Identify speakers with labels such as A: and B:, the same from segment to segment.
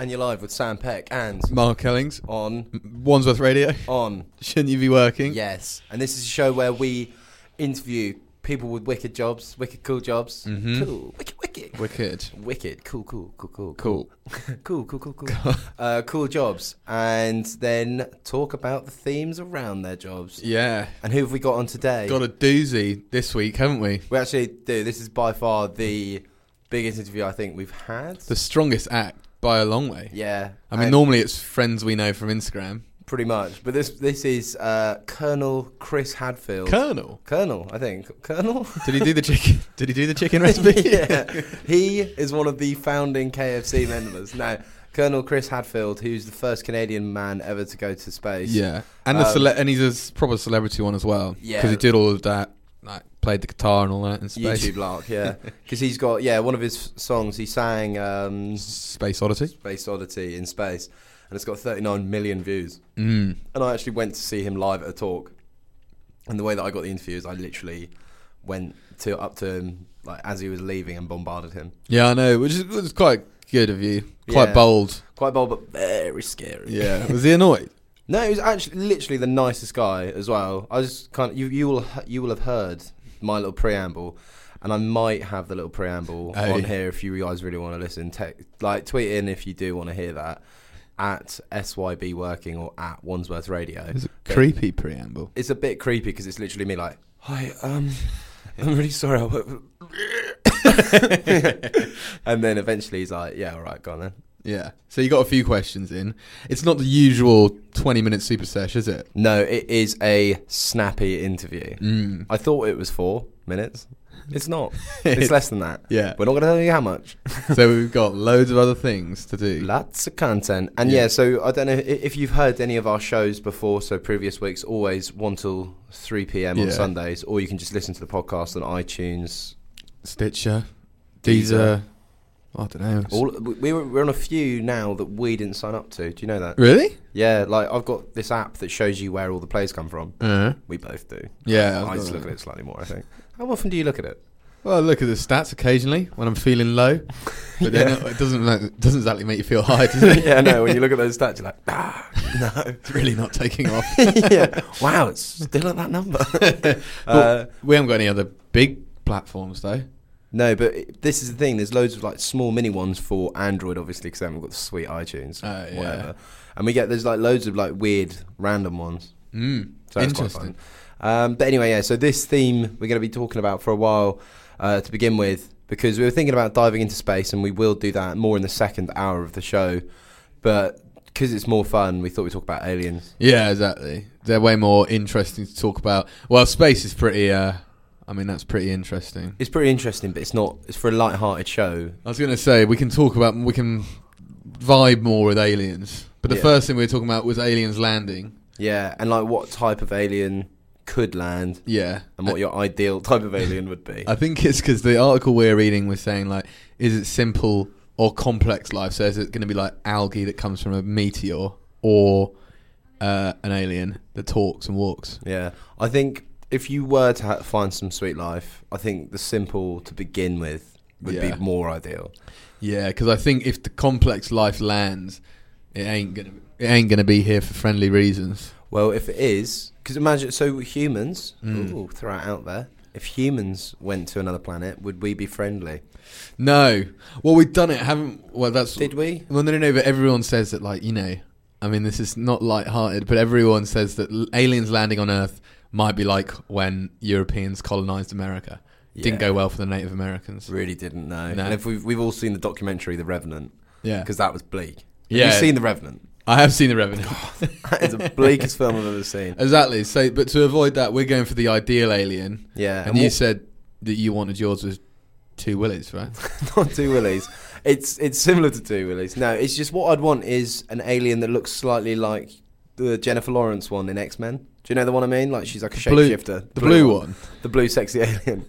A: And you're live with Sam Peck and
B: Mark Ellings,
A: on,
B: Wandsworth Radio.
A: on,
B: Shouldn't you be working?
A: yes. And this is a show where we interview people with wicked jobs, wicked cool jobs.
B: Mm-hmm.
A: Cool, wicked, wicked.
B: Wicked.
A: Wicked, cool, cool, cool, cool,
B: Cool.
A: cool, cool, cool, cool. uh, cool jobs, and then talk about the themes around their jobs.
B: Yeah.
A: And who have we got on today?
B: Got a doozy this week, haven't we?
A: We actually do. This is by far the biggest interview I think we've had.
B: The strongest act by a long way.
A: yeah,
B: I mean,
A: and
B: normally it's friends we know from Instagram.
A: pretty much. But this this is uh, Colonel Chris Hadfield.
B: Colonel,
A: Colonel, I think. Colonel?
B: did he do the chicken? Did he do the chicken recipe?
A: yeah. He is one of the founding KFC members. Now, Colonel Chris Hadfield, who's the first Canadian man ever to go to space.
B: Yeah. And the
A: Um,
B: cele- and he's a s- proper celebrity one as well.
A: Yeah.
B: Because he did all of that, like played the guitar and all that in space.
A: YouTube lark, yeah. Because he's got, yeah, one of his songs, he sang um,
B: Space Oddity.
A: Space Oddity in Space, and it's got 39 million views.
B: Mm.
A: And I actually went to see him live at a talk. And the way that I got the interview is I literally went to up to him like as he was leaving and bombarded him.
B: Yeah, I know. Which is, which is quite good of you. Quite
A: Yeah.
B: bold.
A: Quite bold, but very scary.
B: Yeah. Was he annoyed?
A: No, he was actually literally the nicest guy as well. I just kind of you you will you will have heard my little preamble, and I might have the little preamble
B: Oh,
A: on
B: yeah.
A: here if you guys really want to listen. Te- like tweet in if you do want to hear that at SYB Working or at Wandsworth Radio.
B: It was a creepy preamble.
A: It's a bit creepy because it's literally me like, hi, um, I'm really sorry. I wo-" and then eventually he's like, yeah, all right, go on then.
B: Yeah. So you got a few questions in. It's not the usual 20 minute super sesh, is it?
A: No, it is a snappy interview.
B: Mm.
A: I thought it was four minutes. It's not. It's less than that.
B: Yeah.
A: We're not going to tell you how much.
B: so we've got loads of other things to do.
A: Lots of content. And yeah.
B: Yeah.
A: so I don't know i- if you've heard any of our shows before. So previous weeks, always 1 till 3 p.m. on
B: Yeah.
A: Sundays, or you can just listen to the podcast on iTunes.
B: Stitcher,
A: Deezer.
B: Deezer. I don't know.
A: All, we- we were, we're on a few now that we didn't sign up to. Do you know that?
B: really?
A: Yeah, like I've got this app that shows you where all the plays come from.
B: Uh,
A: We both do.
B: yeah.
A: Uh-huh. I
B: I've
A: just
B: got
A: look at
B: that.
A: it slightly more, I think. How often do you look at it?
B: Well, I look at the stats occasionally when I'm feeling low, but then it- it doesn't like, it doesn't exactly make you feel high, does it?
A: yeah, no, when you look at those stats, you're like, ah, no.
B: It's really not taking off.
A: yeah. Wow, it's still at that number. uh,
B: But we haven't got any other big platforms though.
A: no, but it- this is the thing. There's loads of like small mini ones for Android, obviously, because they haven't got the sweet iTunes,
B: Oh, yeah.
A: whatever. And we get there's like loads of like weird random ones.
B: Mm.
A: Hmm. So that's quite fun.
B: Interesting.
A: Um, but anyway, yeah. So this theme we're going to be talking about for a while uh, to begin with, because we were thinking about diving into space, and we will do that more in the second hour of the show. But because it's more fun, we thought we'd talk about aliens.
B: Yeah, exactly. They're way more interesting to talk about. Well, space is pretty. Uh, I mean, that's pretty interesting.
A: It's pretty interesting, but it's not. It's for a light-hearted show.
B: I was going to say we can talk about we can vibe more with aliens, but the
A: Yeah.
B: first thing we were talking about was aliens landing.
A: Yeah, and like what type of alien could land
B: Yeah,
A: and what your ideal type of alien would be.
B: I think it's because the article we're reading was saying like, is it simple or complex life? So is it going to be like algae that comes from a meteor or uh, an alien that talks and walks?
A: Yeah. I think if you were to ha- find some sweet life, I think the simple to begin with would
B: Yeah.
A: be more ideal.
B: Yeah, because I think if the complex life lands, it ain't gonna it ain't gonna be here for friendly reasons.
A: Well, if it is, because imagine, so humans,
B: Mm.
A: ooh, throw it out there. If humans went to another planet, would we be friendly?
B: No. Well, we've done it, haven't? Well, that's
A: Did we?
B: Well, no, no, no. But everyone says that, like you know, I mean, this is not light-hearted, but everyone says that l- aliens landing on Earth might be like when Europeans colonized America. Didn't
A: Yeah.
B: go well for the Native Americans.
A: Really didn't know.
B: No.
A: And if we've, we've all seen the documentary The Revenant,
B: Yeah,
A: because that was bleak. Have
B: Yeah.
A: you seen The Revenant?
B: I have seen the Revenant.
A: That is the bleakest film I've ever seen.
B: exactly. So, but to avoid that, we're going for the ideal alien.
A: Yeah.
B: And, you
A: what-
B: said that you wanted yours was two willies, right?
A: not two willies. It's it's similar to two willies. No, it's just what I'd want is an alien that looks slightly like the Jennifer Lawrence one in X Men. Do you know the one I mean? Like she's like a
B: Blue-
A: shapeshifter.
B: the blue one.
A: The blue sexy alien.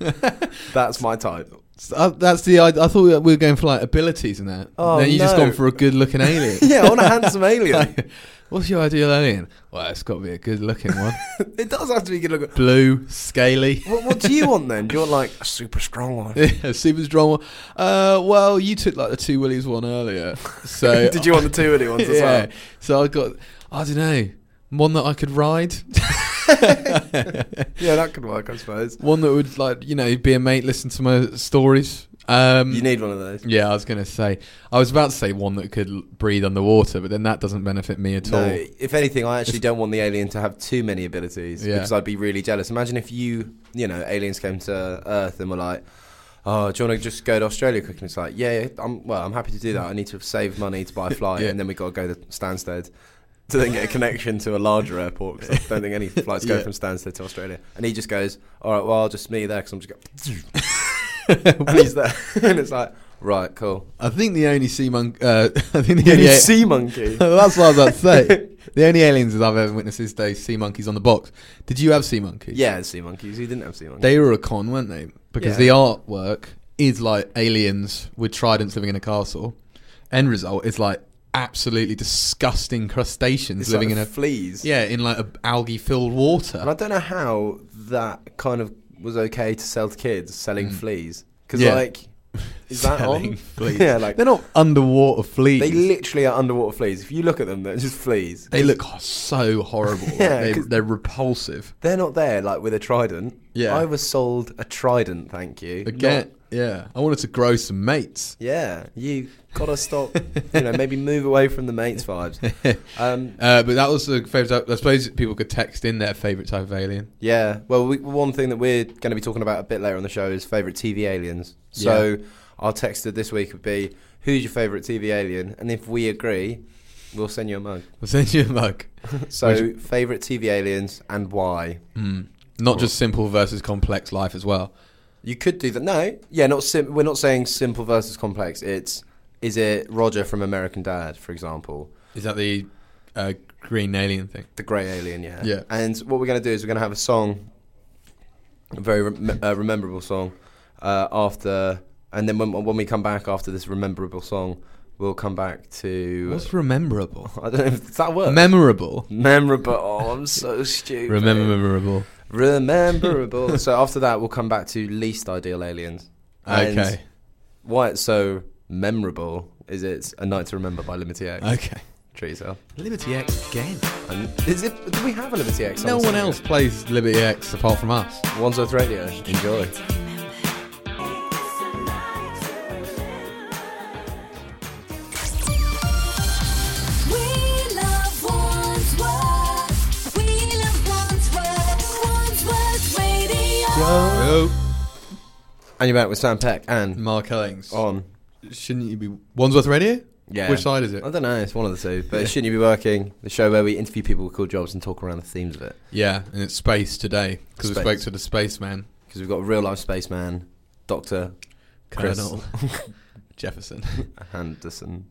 A: That's my type.
B: So, uh, that's the. I, I thought we were going for like abilities and that.
A: Oh,
B: then you just
A: no.
B: gone for a good-looking alien.
A: yeah, I want a handsome alien.
B: Like, what's your ideal alien? Well, it's got to be a good-looking one.
A: it does have to be good looking.
B: Blue, scaly.
A: What, what do you want then? Do you want like a super strong one?
B: Yeah, super strong one. Uh, well, you took like the two willies one earlier, so
A: Did you want the two any ones as
B: yeah.
A: well?
B: So I got, I don't know, one that I could ride,
A: Yeah, that could work, I suppose.
B: one that would like you know be a mate, listen to my stories. Um,
A: You need one of those.
B: yeah, I was gonna say, I was about to say one that could l- breathe underwater, but then that doesn't benefit me at
A: No,
B: all.
A: if anything, I actually don't want the alien to have too many abilities
B: Yeah.
A: because I'd be really jealous. Imagine if you, you know, aliens came to Earth and were like, "Oh, do you want to just go to Australia quick?" And it's like, "Yeah, yeah, I'm well, I'm happy to do that. I need to save money to buy a flight,
B: Yeah.
A: and then we got to go to Stansted to then get a connection to a larger airport." 'cause I don't think any flights go
B: Yeah.
A: from Stansted to Australia. And he just goes, "All right, well, I'll just meet you there because I'm just going." and he's there, and it's like, "Right, cool."
B: I think the only sea monk, uh, I think the
A: Yeah,
B: only
A: you
B: a-
A: sea monkey.
B: that's what I was about to say. the only aliens that I've ever witnessed is those sea monkeys on the box. Did you have sea monkeys?
A: Yeah, sea monkeys. He didn't have sea monkeys.
B: They were a con, weren't they? Because the
A: Yeah.
B: artwork is like aliens with tridents living in a castle. End result is like absolutely disgusting crustaceans
A: It's
B: living
A: like
B: in a
A: fleas.
B: yeah in like a algae filled
A: And I
B: water.
A: don't know how that kind of was okay to sell to kids selling fleas. 'Cause fleas because
B: Mm. Yeah.
A: like is that
B: Selling
A: on?
B: fleas.
A: yeah, like
B: They're not underwater fleas.
A: they
B: They,
A: literally are underwater fleas. If you look at them, they're just fleas.
B: look so horrible.
A: Yeah,
B: they,
A: 'cause-
B: they're repulsive.
A: They're not there like with a trident.
B: Yeah.
A: I was sold a trident. Thank you.
B: Again,
A: Not-
B: yeah. I wanted to grow some mates.
A: yeah, you gotta stop. you know, maybe move away from the mates vibes. Um,
B: Uh, but that was the favorite. Type, I suppose people could text in their favorite type of alien.
A: Yeah. Well, we, one thing that we're going to be talking about a bit later on the show is favorite TV aliens. So our text of this week would be, "Who's your favorite TV alien?" And if we agree, we'll send you a mug.
B: I'll send you a mug.
A: So favorite TV aliens and why?
B: Mm. Not just simple versus complex life as well.
A: You could do that. No. Yeah. Not. Sim- we're not saying simple versus complex. It's is it Roger from American Dad, for example,
B: Is that the uh, green alien thing?
A: the grey alien? Yeah.
B: Yeah.
A: And what we're going to do is we're going to have a song, a very rem- uh, rememberable song, uh, after, and then when, when we come back after this rememberable song, we'll come back to.
B: What's rememberable?
A: I don't know if does that work.
B: Memorable.
A: Memorable. Oh, I'm so stupid.
B: Remember memorable.
A: Rememberable. so after that, we'll come back to least ideal aliens. And
B: Okay.
A: Why it's so memorable is it's a night to remember by Liberty X.
B: Okay.
A: Treat yourself.
B: Liberty X again.
A: And is it? Do we have a Liberty X?
B: No
A: on
B: one
A: somewhere?
B: else plays Liberty X apart from us.
A: One's Earth Radio. Enjoy.
C: We love Wandsworth. We love Wandsworth. Wandsworth Radio.
B: Oh.
A: And you're back with Sam Peck and
B: Mark Ellings.
A: on.
B: Shouldn't you be Wandsworth Radio?
A: Yeah.
B: Which side is it?
A: I don't know. It's one of the two. But shouldn't you be working the show where we interview people with cool jobs and talk around the themes of it?
B: Yeah, and it's space today because we
A: Space.
B: spoke to the spaceman,
A: Because we've got a real life spaceman, Doctor Chris.
B: Colonel Jefferson.
A: Anderson,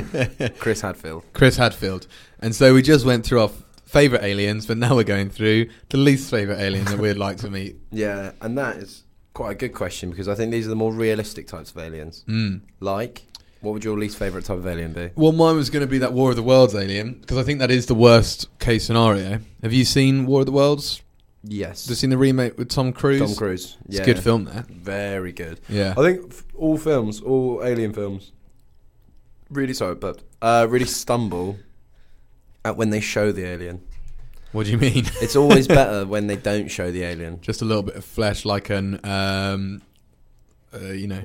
A: Chris Hadfield.
B: Chris Hadfield. And so we just went through our f- favourite aliens, but now we're going through the least favourite alien that we'd like to meet.
A: Yeah, and that is quite a good question because I think these are the more realistic types of aliens.
B: Mm.
A: Like, what would your least favorite type of alien be?
B: Well, mine was going to be that War of the Worlds alien, because I think that is the worst case scenario. Have you seen War of the Worlds?
A: Yes,
B: Have you seen the remake with Tom Cruise?
A: Tom Cruise.
B: It's
A: Yeah,
B: a good film, there.
A: Very good.
B: Yeah.
A: I think f- all films, all alien films, really sorry, but uh, really stumble at when they show the alien.
B: What do you mean?
A: It's always better when they don't show the alien.
B: just a little bit of flesh, like an, um, uh, you know,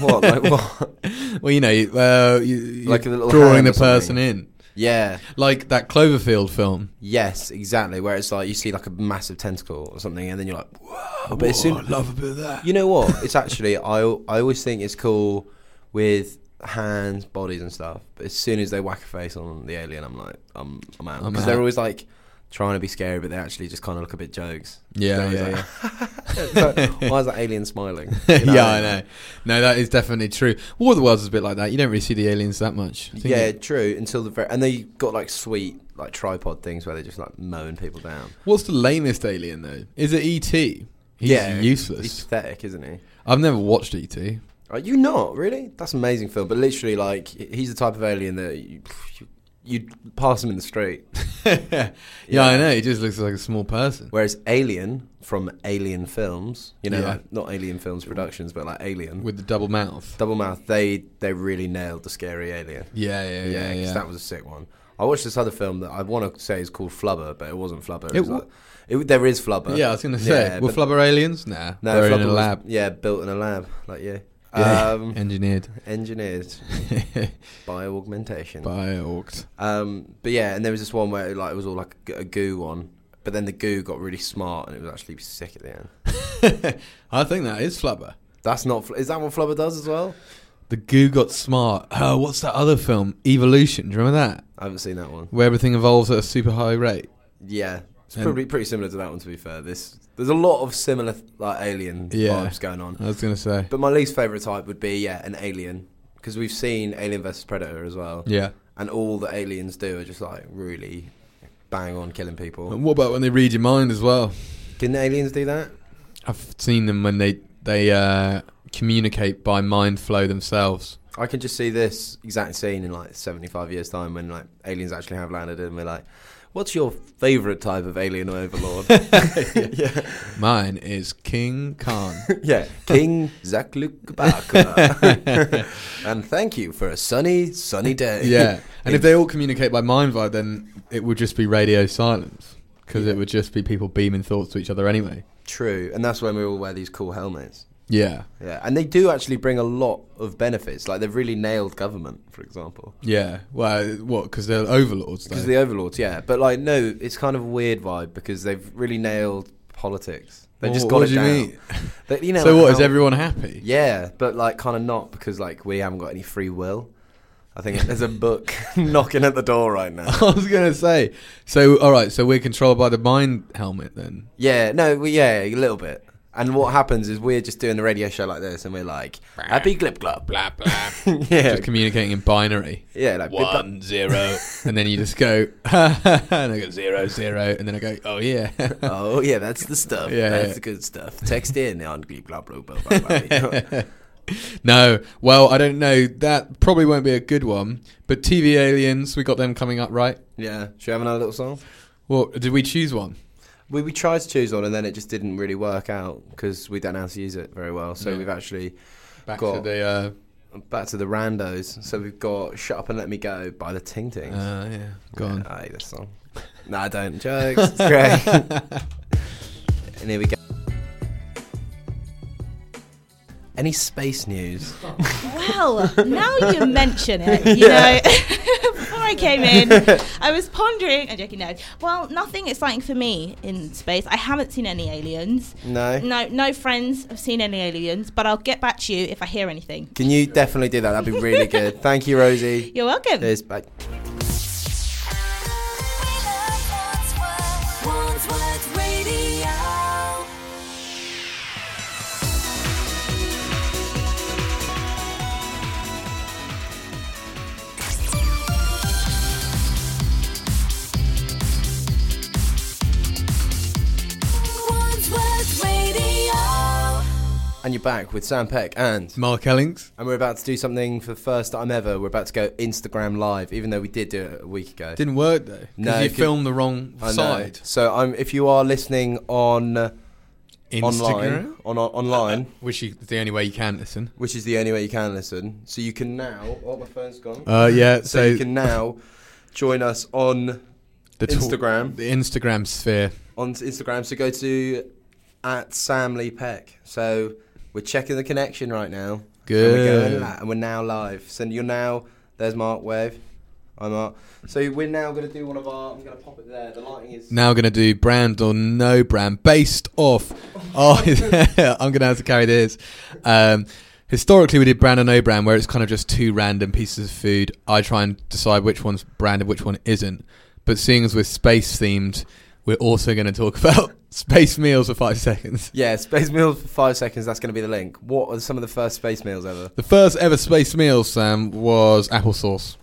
A: What? Like what?
B: well, you know, uh, you, you-
A: Like a little
B: drawing
A: hand
B: the
A: or something.
B: person in,
A: Yeah.
B: like that Cloverfield film.
A: Yes, exactly. Where it's like you see like a massive tentacle or something, and then you're like, whoa. Oh, But
B: Whoa,
A: as soon,
B: I love a bit of that.
A: you know what? It's actually I I always think it's cool with hands, bodies, and stuff. But as soon as they whack a face on the alien, I'm like, I'm I'm out
B: I'm
A: because
B: out.
A: they're always like trying to be scary, but they actually just kind of look a bit jokes.
B: Yeah,
A: They're
B: yeah,
A: always
B: yeah.
A: like, Why is that alien smiling? You know
B: yeah,
A: what
B: I
A: mean?
B: know. No, that is definitely true. War of the Worlds is a bit like that. You don't really see the aliens that much. I think
A: Yeah,
B: it-
A: true. Until the very, and they got like sweet like tripod things where they're just like mowing people down.
B: What's the lamest alien though? Is it ET? He's
A: yeah,
B: useless.
A: He's pathetic, isn't he?
B: I've never watched E ET.
A: Are Uh, you not really? That's an amazing film. But literally, like he- he's the type of alien that you, you'd pass him in the street.
B: yeah, I know. He just looks like a small person.
A: Whereas Alien from Alien Films, you know,
B: Yeah.
A: like, not Alien Films Productions, but like Alien
B: With the double mouth.
A: Double Mouth, they they really nailed the scary alien.
B: Yeah, yeah,
A: Yeah,
B: yeah,
A: 'cause
B: yeah.
A: that was a sick one. I watched this other film that I want to say is called Flubber, but it wasn't Flubber. It,
B: It
A: was
B: wa-
A: like, it, there is Flubber.
B: yeah, I was gonna say.
A: Yeah,
B: Were
A: but-
B: flubber aliens? Nah,
A: no,
B: they're
A: Flubber
B: in a
A: was-
B: lab.
A: yeah, built in a lab, like you.
B: Yeah,
A: Um,
B: engineered
A: engineered by augmentation.
B: by orcs.
A: Um, but yeah, and there was this one where like it was all like a g- a goo one, but then the goo got really smart and it was actually sick at the end.
B: I think that is flubber.
A: That's not. Fl- Is that what Flubber does as well?
B: The goo got smart. Oh, what's that other film? Evolution. Do you remember that?
A: I haven't seen that one.
B: Where everything evolves at a super high rate.
A: Yeah, it's
B: And-
A: probably pretty similar to that one. To be fair, this there's a lot of similar like alien
B: Yeah.
A: vibes going on.
B: I was gonna say.
A: But my least favorite type would be yeah an alien because we've seen Alien versus Predator as well,
B: Yeah.
A: and all the aliens do are just like really bang on killing people.
B: And what about when they read your mind as well?
A: Didn't aliens do that?
B: I've seen them when they they uh, communicate by mind flow themselves.
A: I can just see this exact scene in like 75 years' time when like aliens actually have landed and we're like, what's your favourite type of alien overlord? yeah.
B: Mine is King Khan.
A: yeah, King Zakluk Bakula. and thank you for a sunny, sunny day.
B: yeah, and if they all communicate by mind vibe, then it would just be radio silence because it would just be people beaming thoughts to each other anyway.
A: True, and that's when we all wear these cool helmets.
B: Yeah,
A: Yeah, and they do actually bring a lot of benefits. Like they've really nailed government, for example.
B: yeah. Well, what? Because they're overlords. Though.
A: Because the overlords, yeah. But like, no, it's kind of a weird vibe because they've really nailed politics. They
B: Well,
A: just
B: what-
A: got
B: what
A: it
B: do you
A: down.
B: mean?
A: They- you know,
B: so
A: like
B: what? Is
A: how-
B: everyone happy?
A: Yeah, but like kind of not because like we haven't got any free will. I think there's a book knocking at the door right now.
B: I was gonna say. So all right. So we're controlled by the mind helmet then.
A: Yeah, no, we, yeah, a little bit. And what happens is we're just doing the radio show like this, and we're like, "Happy Glip Glop."
D: Blah blah.
A: yeah,
B: Just communicating in binary.
A: yeah, like blip, blop.
D: One zero
B: and then you just go and I go zero zero, and then I go oh yeah,
A: Oh yeah, that's the stuff.
B: Yeah,
A: that's
B: yeah.
A: the good stuff. Text in on Glip Glop Glop Glop. Glop, Glop.
B: no. Well, I don't know. That probably won't be a good one. But TV aliens, we got them coming up, right?
A: yeah, should we have another little song?
B: Well, did we choose one?
A: We we tried to choose one, and then it just didn't really work out because we don't know how to use it very well. So
B: Yeah.
A: we've actually
B: Back
A: Got-
B: to the uh,
A: back to the randos. So we've got "Shut Up and Let Me Go" by the Ting Tings.
B: uh yeah, go on.
A: I hate this song. no, I don't. Jokes. It's great. and here we go. Any space news?
E: Well, now you mention it, you know, before I came in, I was pondering. I'm joking now. Well, nothing exciting for me in space. I haven't seen any aliens.
A: No.
E: No, no friends have seen any aliens, but I'll get back to you if I hear anything.
A: Can you definitely do that? That'd be really good. Thank you, Rosie.
E: You're welcome.
A: Cheers. Bye.
C: We love Wandsworth, Wandsworth Radio. Wandsworth Radio.
A: And you're back with Sam Peck and.
B: Mark Ellings.
A: And we're about to do something for the first time ever. We're about to go Instagram live, even though we did do it a week ago.
B: Didn't work though.
A: No,
B: No, you
A: good-
B: filmed the wrong
A: I know.
B: side.
A: So um, if you are listening on uh, online,
B: Instagram,
A: on, on online,
B: which is the only way you can listen.
A: which is the only way you can listen. So you can now. Oh, my phone's gone.
B: Uh, yeah. So,
A: so you can now join us on
B: the tor-
A: Instagram.
B: the Instagram sphere.
A: on Instagram. So go to at Sam Lee Peck. So we're checking the connection right now. And we're, going
B: Good.
A: li- and we're now live. So you're now. There's Mark Wave. I'm Mark. So we're now going to do one of our. I'm going to pop it there. The lighting is.
B: now going to do brand or no brand based off. Oh, I'm going to have to carry this. Um, historically, we did brand or no brand, where it's kind of just two random pieces of food. I try and decide which one's brand and which one isn't. But seeing as we're space themed, we're also going to talk about space meals for five seconds.
A: Yeah, space meals for five seconds. That's going to be the link. What are some of the first space meals ever?
B: The first ever space meal, Sam, was applesauce.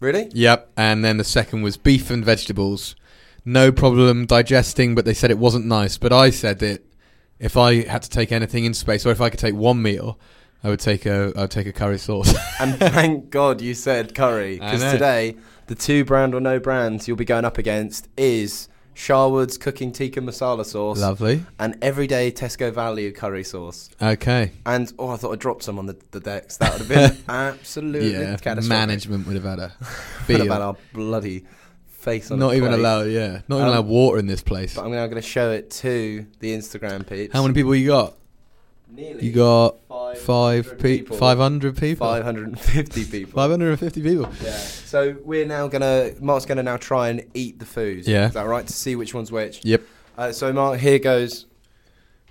A: Really?
B: Yep. And then the second was beef and vegetables. No problem digesting, but they said it wasn't nice. But I said it if I had to take anything in space, or if I could take one meal, I would take a I would take a curry sauce.
A: And thank God you said curry
B: I
A: because
B: know.
A: today the two brand or no brands you'll be going up against is Sharwood's cooking tikka masala sauce
B: Lovely.
A: and everyday Tesco value curry sauce.
B: Okay.
A: And oh, I thought I dropped some on the, the decks. That would have been absolutely
B: yeah.
A: catastrophic.
B: Management would have had a
A: What
B: feel.
A: about our bloody face on
B: not
A: a
B: even
A: plate?
B: allowed. Yeah. Not
A: Um,
B: even allowed water in this place.
A: But I'm now going to show it to the Instagram peeps.
B: How many people you got?
A: Nearly
B: You got
A: five
B: five pe- five hundred people.
A: 550 people.
B: 550 people.
A: Yeah. So we're now gonna Mark's gonna now try and eat the food.
B: Yeah.
A: Is that right? To see which one's which.
B: Yep.
A: Uh, so Mark, here goes.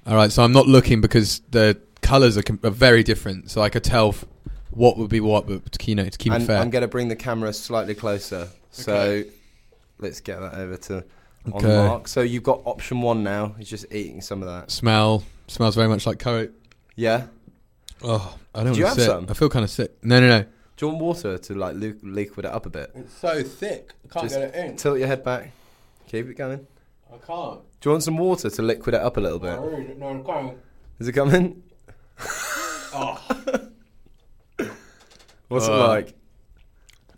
B: All right, so I'm not looking because the colours are, com- are very different, so I could tell f- what would be what, but to, you know, to keep
A: and
B: it fair.
A: I'm gonna bring the camera slightly closer. So let's get that over to on
B: Okay.
A: Mark. So you've got option one now. He's just eating some of that.
B: Smell smells very much like curry.
A: Yeah.
B: Oh, I don't.
A: Do you
B: wanna
A: have
B: sit.
A: some?
B: I feel kind of sick. No, no, no.
A: Do you want water to like lu- liquid it up a bit?
D: It's so thick. I can't
A: Just
D: get it in.
A: Tilt your head back. Keep it going.
D: I can't.
A: Do you want some water to liquid it up a little bit?
D: I really don't know I'm going.
A: Is it coming?
D: Oh,
A: What's it
B: Uh,
A: like?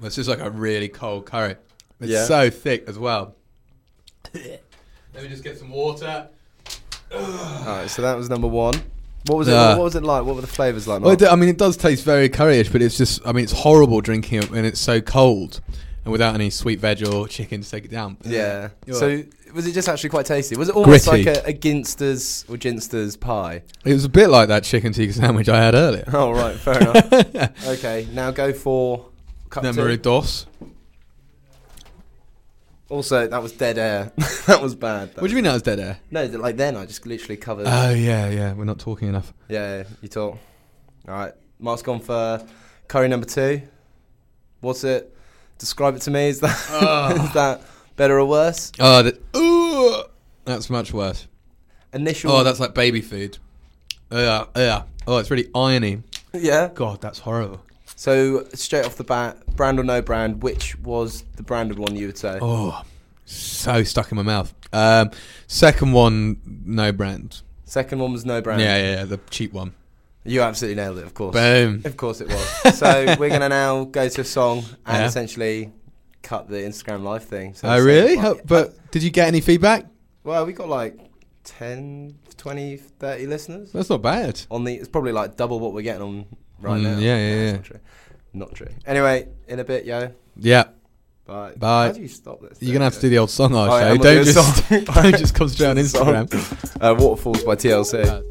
B: It's just like a really cold curry. It's
A: Yeah.
B: so thick as well. Let me just get some water.
A: All right. So that was number one. What was it?
B: Yeah.
A: What was it like? What were the flavors like? Mark?
B: Well, it, do- I mean, it does taste very curryish, but it's just, I mean, it's horrible drinking it when it's so cold and without any sweet veg or chicken to take it down.
A: Yeah.
B: You're
A: So was it just actually quite tasty? Was it almost
B: Gritty.
A: like a, a ginster's or ginster's pie?
B: It was a bit like that chicken tikka sandwich I had earlier.
A: Oh right, fair enough. okay, now go for cup
B: Numero
A: two.
B: dos.
A: Also, that was dead air. that was bad.
B: What do you mean that was dead air?
A: No, th- like then I just literally covered.
B: Oh yeah, yeah. We're not talking enough.
A: yeah, yeah, you talk. All right, Mark's gone for curry number two. What's it? Describe it to me. Is that is
B: Ah.
A: that better or worse?
B: Oh, that, ooh, that's much worse.
A: Initial.
B: Oh, that's like baby food. Yeah, yeah. Oh, it's really irony.
A: yeah.
B: God, that's horrible.
A: So straight off the bat, brand or no brand, which was the branded one you would say?
B: Oh, so stuck in my mouth. Um, second one, no brand.
A: Second one was no brand.
B: Yeah, yeah, yeah. The cheap one.
A: You absolutely nailed it, of course.
B: Boom.
A: Of course it was. so we're going to now go to a song and
B: Yeah.
A: essentially cut the Instagram live thing. So
B: Oh,
A: so-
B: really? How, but did you get any feedback?
A: well, we got like 10, 20, 30 listeners
B: That's not bad.
A: on the. It's probably like double what we're getting on right
B: Mm,
A: now.
B: yeah,
A: No,
B: yeah, yeah.
A: that's Not true. Not true. Anyway, in a bit, yo.
B: Yeah.
A: Bye.
B: Bye.
A: How do you stop this?
B: You're gonna have to do the old song, I
A: Oh, yeah,
B: show.
A: I'm gonna
B: don't
A: do a
B: just
A: song.
B: don't just concentrate on
A: Song.
B: Instagram. Uh,
A: uh, Waterfalls by TLC.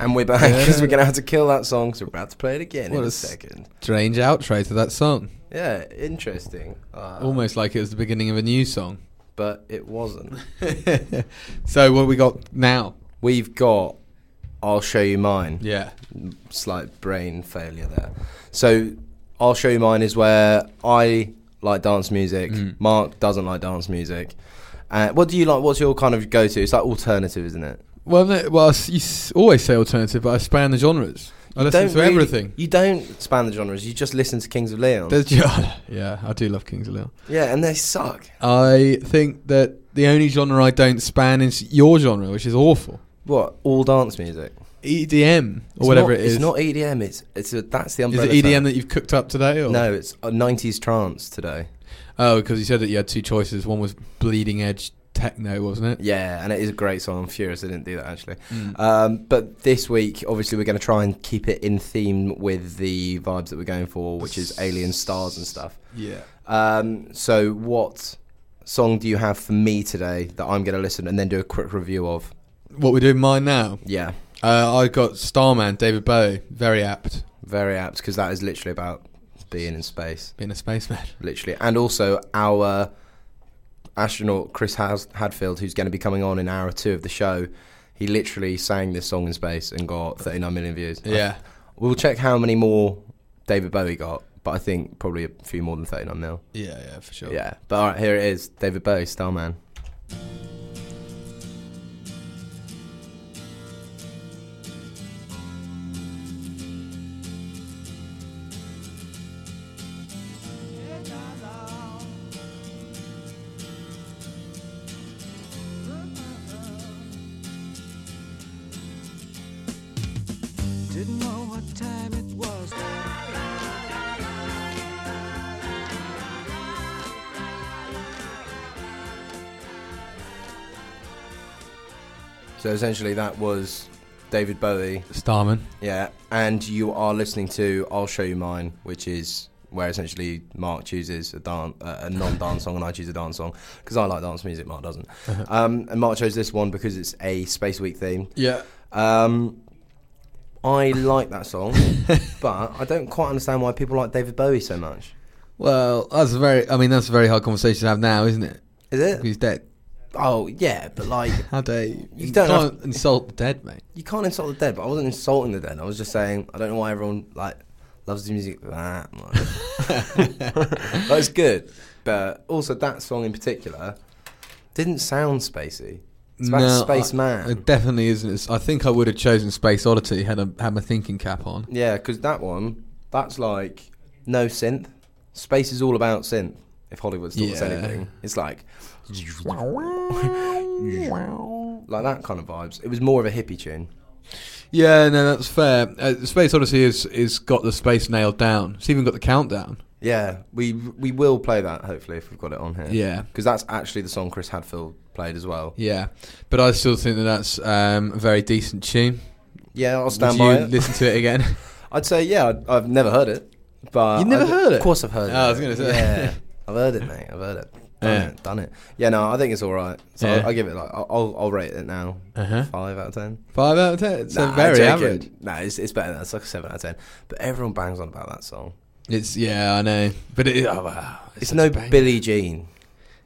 A: And we're back because we're gonna have to kill that song. Because we're about to play it again
B: What
A: in
B: a
A: a
B: s-
A: second.
B: Strange outro to that song.
A: Yeah, interesting. Uh,
B: Almost like it was the beginning of a new song.
A: but it wasn't.
B: so what we got now?
A: We've got. I'll show you mine.
B: Yeah.
A: slight brain failure there. So I'll show you mine is where I like dance music.
B: Mm.
A: Mark doesn't like dance music. Uh, what do you like? What's your kind of go to? It's like alternative, isn't it?
B: Well, no, well, s- you s- always say alternative, but I span the genres. I listen to
A: really-
B: everything.
A: You don't span the genres. You just listen to Kings of Leon.
B: There's yeah, yeah, I do love Kings of Leon.
A: yeah, and they suck.
B: I think that the only genre I don't span is your genre, which is awful.
A: What all dance music
B: EDM or
A: It's
B: whatever
A: not-
B: it is.
A: It's not EDM. It's it's a, that's the
B: is
A: umbrella.
B: it EDM
A: term.
B: that you've cooked up today? Or?
A: No, it's a '90s trance today.
B: Oh, because you said that you had two choices. One was bleeding edge techno, wasn't it?
A: Yeah, and it is a great song. I'm furious I didn't do that actually.
B: Mm,
A: Um, but this week, obviously, we're going to try and keep it in theme with the vibes that we're going for, which is alien stars and stuff.
B: Yeah.
A: Um, so, what song do you have for me today that I'm going to listen and then do a quick review of?
B: What we're doing mine now.
A: Yeah,
B: Uh, I got Starman, David Bowie. Very apt.
A: very apt because that is literally about being in space,
B: Being a spaceman.
A: literally, and also our astronaut Chris Has- Hadfield, who's going to be coming on in hour two of the show. He literally sang this song in space and got 39 million views.
B: Yeah.
A: We'll check how many more David Bowie got, but I think probably a few more than 39 mil.
B: Yeah, yeah, for sure.
A: Yeah. But all right, here it is David Bowie, Starman. So essentially, that was David Bowie.
B: Starman.
A: Yeah, and you are listening to "I'll Show You Mine," which is where essentially Mark chooses a dan uh, a non-dance song, and I choose a dance song because I like dance music. Mark doesn't, um, and Mark chose this one because it's a Space Week theme.
B: Yeah.
A: Um, I like that song, but I don't quite understand why people like David Bowie so much.
B: Well, that's a very. I mean, that's a very hard conversation to have now, isn't it?
A: Is it?
B: He's dead.
A: Oh yeah, but like
B: How dare you?
A: You
B: You
A: don't
B: can't insult the dead, mate.
A: you can't insult the dead. But I wasn't insulting the dead. I was just saying I don't know why everyone like loves the music that much. That's good, but also that song in particular didn't sound spacey. It's about
B: No,
A: spaceman.
B: I- It definitely isn't. It's, I think I would have chosen Space Oddity had I had my thinking cap on.
A: Yeah, because that one, that's like no synth. Space is all about synth. If Hollywood's taught us
B: Yeah.
A: anything, it's like like that kind of vibes. It was more of a hippie tune.
B: Yeah, no, that's fair. Uh, space Odyssey is is got the space nailed down. It's even got the countdown.
A: Yeah, we we will play that hopefully if we've got it on here.
B: Yeah.
A: because that's actually the song Chris Hadfield played as well.
B: Yeah, but I still think that that's um, a very decent tune.
A: Yeah, I'll
B: Would
A: stand
B: you
A: by it.
B: listen to it again?
A: I'd say yeah. I'd, I've never heard it, but
B: You've never
A: I-
B: heard it?
A: Of course, I've heard it.
B: Oh, I was gonna say.
A: yeah. I've heard it, mate. I've heard it. Done
B: Yeah.
A: it. Done it. Yeah, no, I think it's all right. So
B: Yeah.
A: I'll, I'll give it like I'll- I'll I'll rate it now.
B: Uh-huh.
A: Five out of ten.
B: Five out of ten. It's a
A: Nah,
B: very
A: joking.
B: average.
A: No, it's it's better. than that. It's like a seven out of ten. But everyone bangs on about that song.
B: It's yeah, I know, but it, oh, wow.
A: It's,
B: such a
A: no
B: banger.
A: Billie Jean.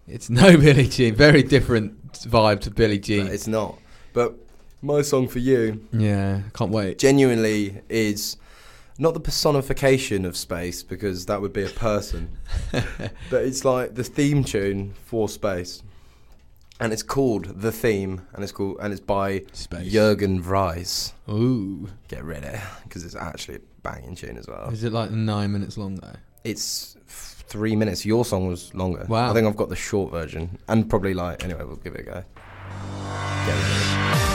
B: It's no Billie Jean. Very different vibe to Billie Jean.
A: But it's not. But my song for you
B: yeah, can't wait.
A: genuinely is not the personification of space because that would be a person, but it's like the theme tune for space, and it's called the theme, and it's called and it's by
B: Space.
A: Jürgen Vries.
B: Ooh,
A: Get rid of it because it's actually a banging tune as well.
B: is it like nine minutes long though?
A: It's f- three minutes. Your song was longer.
B: Wow.
A: I think I've got the short version, and probably like anyway, we'll give it a go. Get rid of it.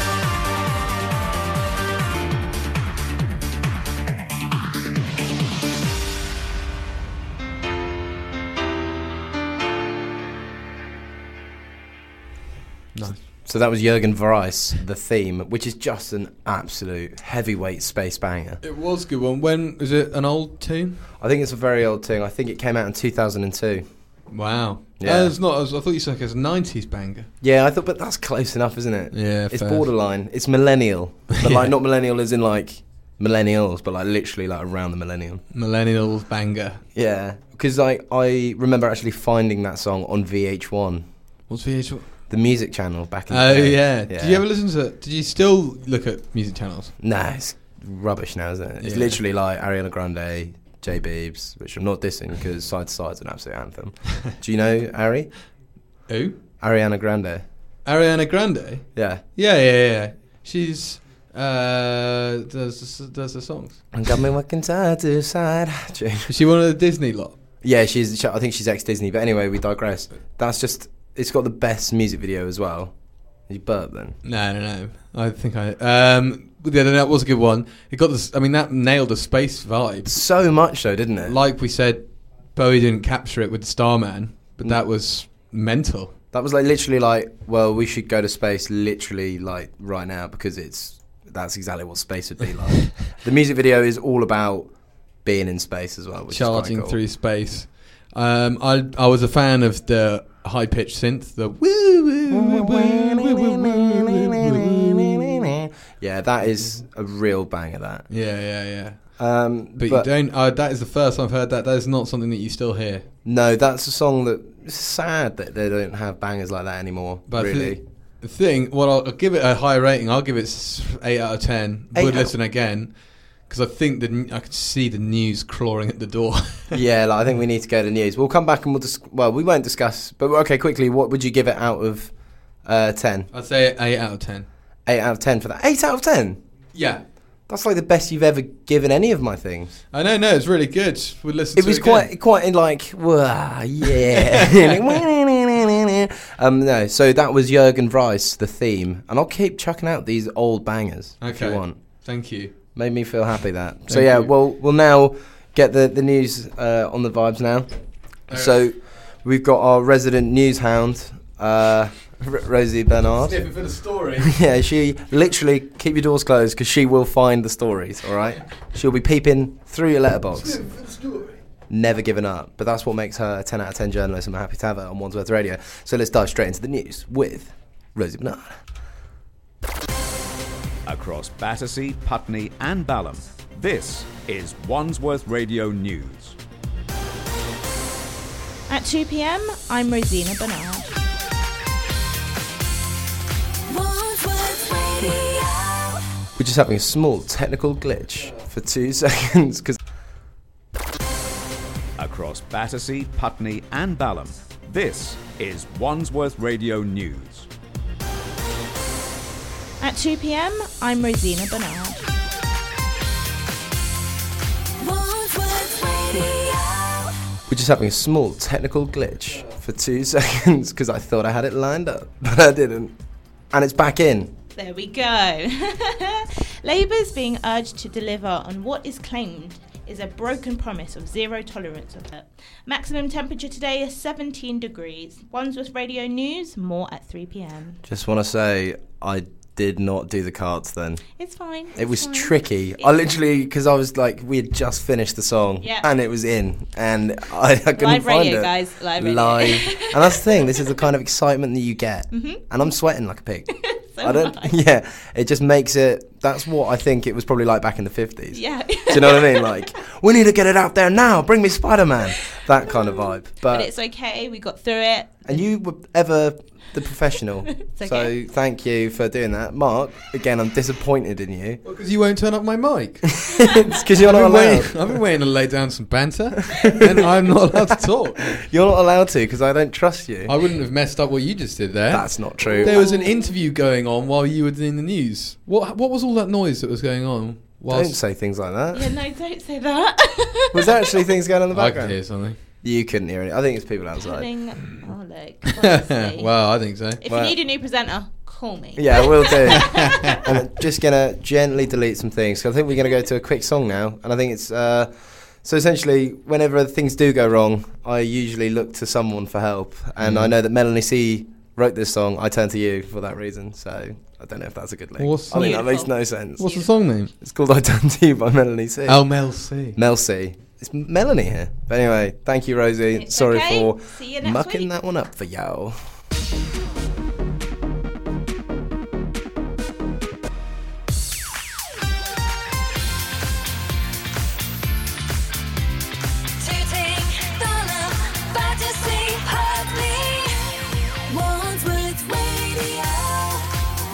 B: No.
A: So that was Jürgen Vries, the theme, which is just an absolute heavyweight space banger.
B: It was a good one. When is it an old tune?
A: I think it's a very old thing. I think it came out in 2002.
B: Wow.
A: Yeah.
B: Uh, it's not. I, was- I thought you said like it's a nineties banger.
A: Yeah, I thought, but that's close enough, isn't it?
B: Yeah,
A: It's
B: fair.
A: borderline. It's millennial, but like
B: Yeah.
A: not millennial as in like millennials, but like literally like around the millennium.
B: Millennial banger.
A: Yeah, because like I remember actually finding that song on VH1,
B: What's VH1?
A: the music channel back in. the
B: Oh
A: day.
B: yeah. Did you ever listen to? it? Did you still look at music channels?
A: Nah, it's rubbish now, isn't it? It's
B: Yeah.
A: literally like Ariana Grande, J Biebs, which I'm not dissing because Side to Side's an absolute anthem. Do you know Ari?
B: Who?
A: Ariana Grande.
B: Ariana Grande.
A: Yeah.
B: Yeah, yeah, yeah. She's uh does does the songs.
A: And got me walking side to side.
B: Is she one of the Disney lot?
A: yeah, she's. she- I think she's ex Disney, but anyway, we digress. That's just. It's got the best music video as well. You burp then.
B: No, no, no. I think I um yeah, no, that was a good one. It got this. I mean, that nailed the space vibe.
A: So much though, didn't it?
B: Like we said, Bowie didn't capture it with Starman, but that was mental.
A: That was like literally like, well, we should go to space literally like right now because it's that's exactly what space would be like. the music video is all about being in space as well, which
B: charging
A: is quite cool.
B: through space. Um, I I was a fan of the high pitched synth. The woo woo woo woo woo woo woo woo woo.
A: Yeah, that is a real banger. That,
B: Yeah, yeah, yeah.
A: um,
B: But,
A: but,
B: you don't. Uh, that is the first time I've heard that. That is not something that you still hear.
A: no, that's a song that it's sad that they don't have bangers like that anymore.
B: But the-
A: really,
B: the thing, well, I'll, I'll give it a high rating. I'll give it s- eight out of ten.
A: Eight
B: Would
A: out-
B: listen again because I think the n- I could see the news clawing at the door.
A: yeah, like, I think we need to go to news. We'll come back and we'll dis- well, we won't discuss. But okay, quickly, what would you give it out of uh, ten?
B: I'd say eight out of ten.
A: Eight out of ten for that. Eight out of ten.
B: Yeah,
A: That's like the best you've ever given any of my things.
B: I know. No, it's really good. Would listen.
A: It
B: to
A: was
B: again.
A: quite, quite in like, "Wah, yeah. um, no, so that was Jürgen Vries, the theme, and I'll keep chucking out these old bangers if you
B: Okay.
A: want.
B: Thank you.
A: Made me feel happy that. so
B: Thank
A: yeah,
B: you.
A: well, we'll now get the the news uh, on the vibes now.
B: Alright.
A: So we've got our resident news hound, uh, R- Rosie Bernard.
D: Sniffing for the story.
A: yeah, she literally keep your doors closed because she will find the stories. All right, she'll be peeping through your letterbox.
D: Sniffing for the story.
A: never given up. But that's what makes her a 10 out of 10 journalist, and we're happy to have her on Wandsworth Radio. So let's dive straight into the news with Rosie Bernard.
F: Across Battersea, Putney, and Balham, this is Wandsworth Radio News.
E: At 2 pm, I'm Rosina Bernard.
C: Wandsworth Radio.
A: We're just having a small technical glitch for two seconds because
F: Across Battersea, Putney, and Balham, this is Wandsworth Radio News.
E: At 2 pm, I'm Rosina Bernard.
C: Wandsworth Radio.
A: we're just having a small technical glitch for two seconds because I thought I had it lined up, but I didn't. And it's back in.
E: There we go. Labour's being urged to deliver on what is claimed is a broken promise of zero tolerance of it. Maximum temperature today is 17 degrees. Wandsworth Radio News, more at 3 pm.
A: Just want to say, I did not do the cards then.
E: It's fine.
A: It
E: it's
A: was
E: fine.
A: tricky.
E: It's
A: I literally, because I was like, we had just finished the song
E: Yeah.
A: and it was in, and I, I couldn't
E: Live
A: find
E: radio,
A: it.
E: guys. Live radio.
A: and that's the thing. This is the kind of excitement that you get,
E: Mm-hmm.
A: and I'm sweating like a pig.
E: So
A: I don't.
E: am I.
A: Yeah, it just makes it. That's what I think it was probably like back in the fifties.
E: Yeah.
A: Do you know what I mean? Like, we need to get it out there now. Bring me Spider Man. That kind of vibe. But,
E: But it's okay. We got through it.
A: and you were ever the professional.
E: It's okay.
A: So thank you for doing that, Mark. Again, I'm disappointed in you.
B: Because you won't turn up my mic.
A: it's because you're not
B: I've, been
A: allowed.
B: waiting, I've been waiting to lay down some banter, and I'm not allowed to talk.
A: You're not allowed to because I don't trust you.
B: I wouldn't have messed up what you just did there.
A: That's not true.
B: There was an interview going on while you were doing the news. What what was all that noise that was going on?
A: Don't
B: Whilst
A: say things like that.
E: Yeah, no, don't say that.
A: Was there actually things going on in the
B: I could
A: background?
B: hear something.
A: You couldn't hear it. I think it's people outside.
E: Happening. Oh, look. honestly.
B: well, I think so.
E: if
A: well-
E: you need a new presenter, call me.
A: Yeah, we'll do. and I'm just gonna gently delete some things. 'cause I think we're gonna go to a quick song now, and I think it's uh, so essentially whenever things do go wrong, I usually look to someone for help, and
B: Mm.
A: I know that Melanie C wrote this song. I turn to you for that reason. So I don't know if that's a good link.
B: What's
A: I mean, that
E: Beautiful.
A: makes no sense.
B: What's the song name?
A: It's called "I Turn to You" by Melanie C.
B: Oh, Mel C.
A: Mel C. It's Melanie here. But anyway, thank you, Rosie.
E: It's
A: Sorry
E: okay.
A: for
E: See you next
A: mucking
E: week.
A: that one up for y'all.
C: Tooting, Dunham, Battersea, Putney. Wandsworth Radio.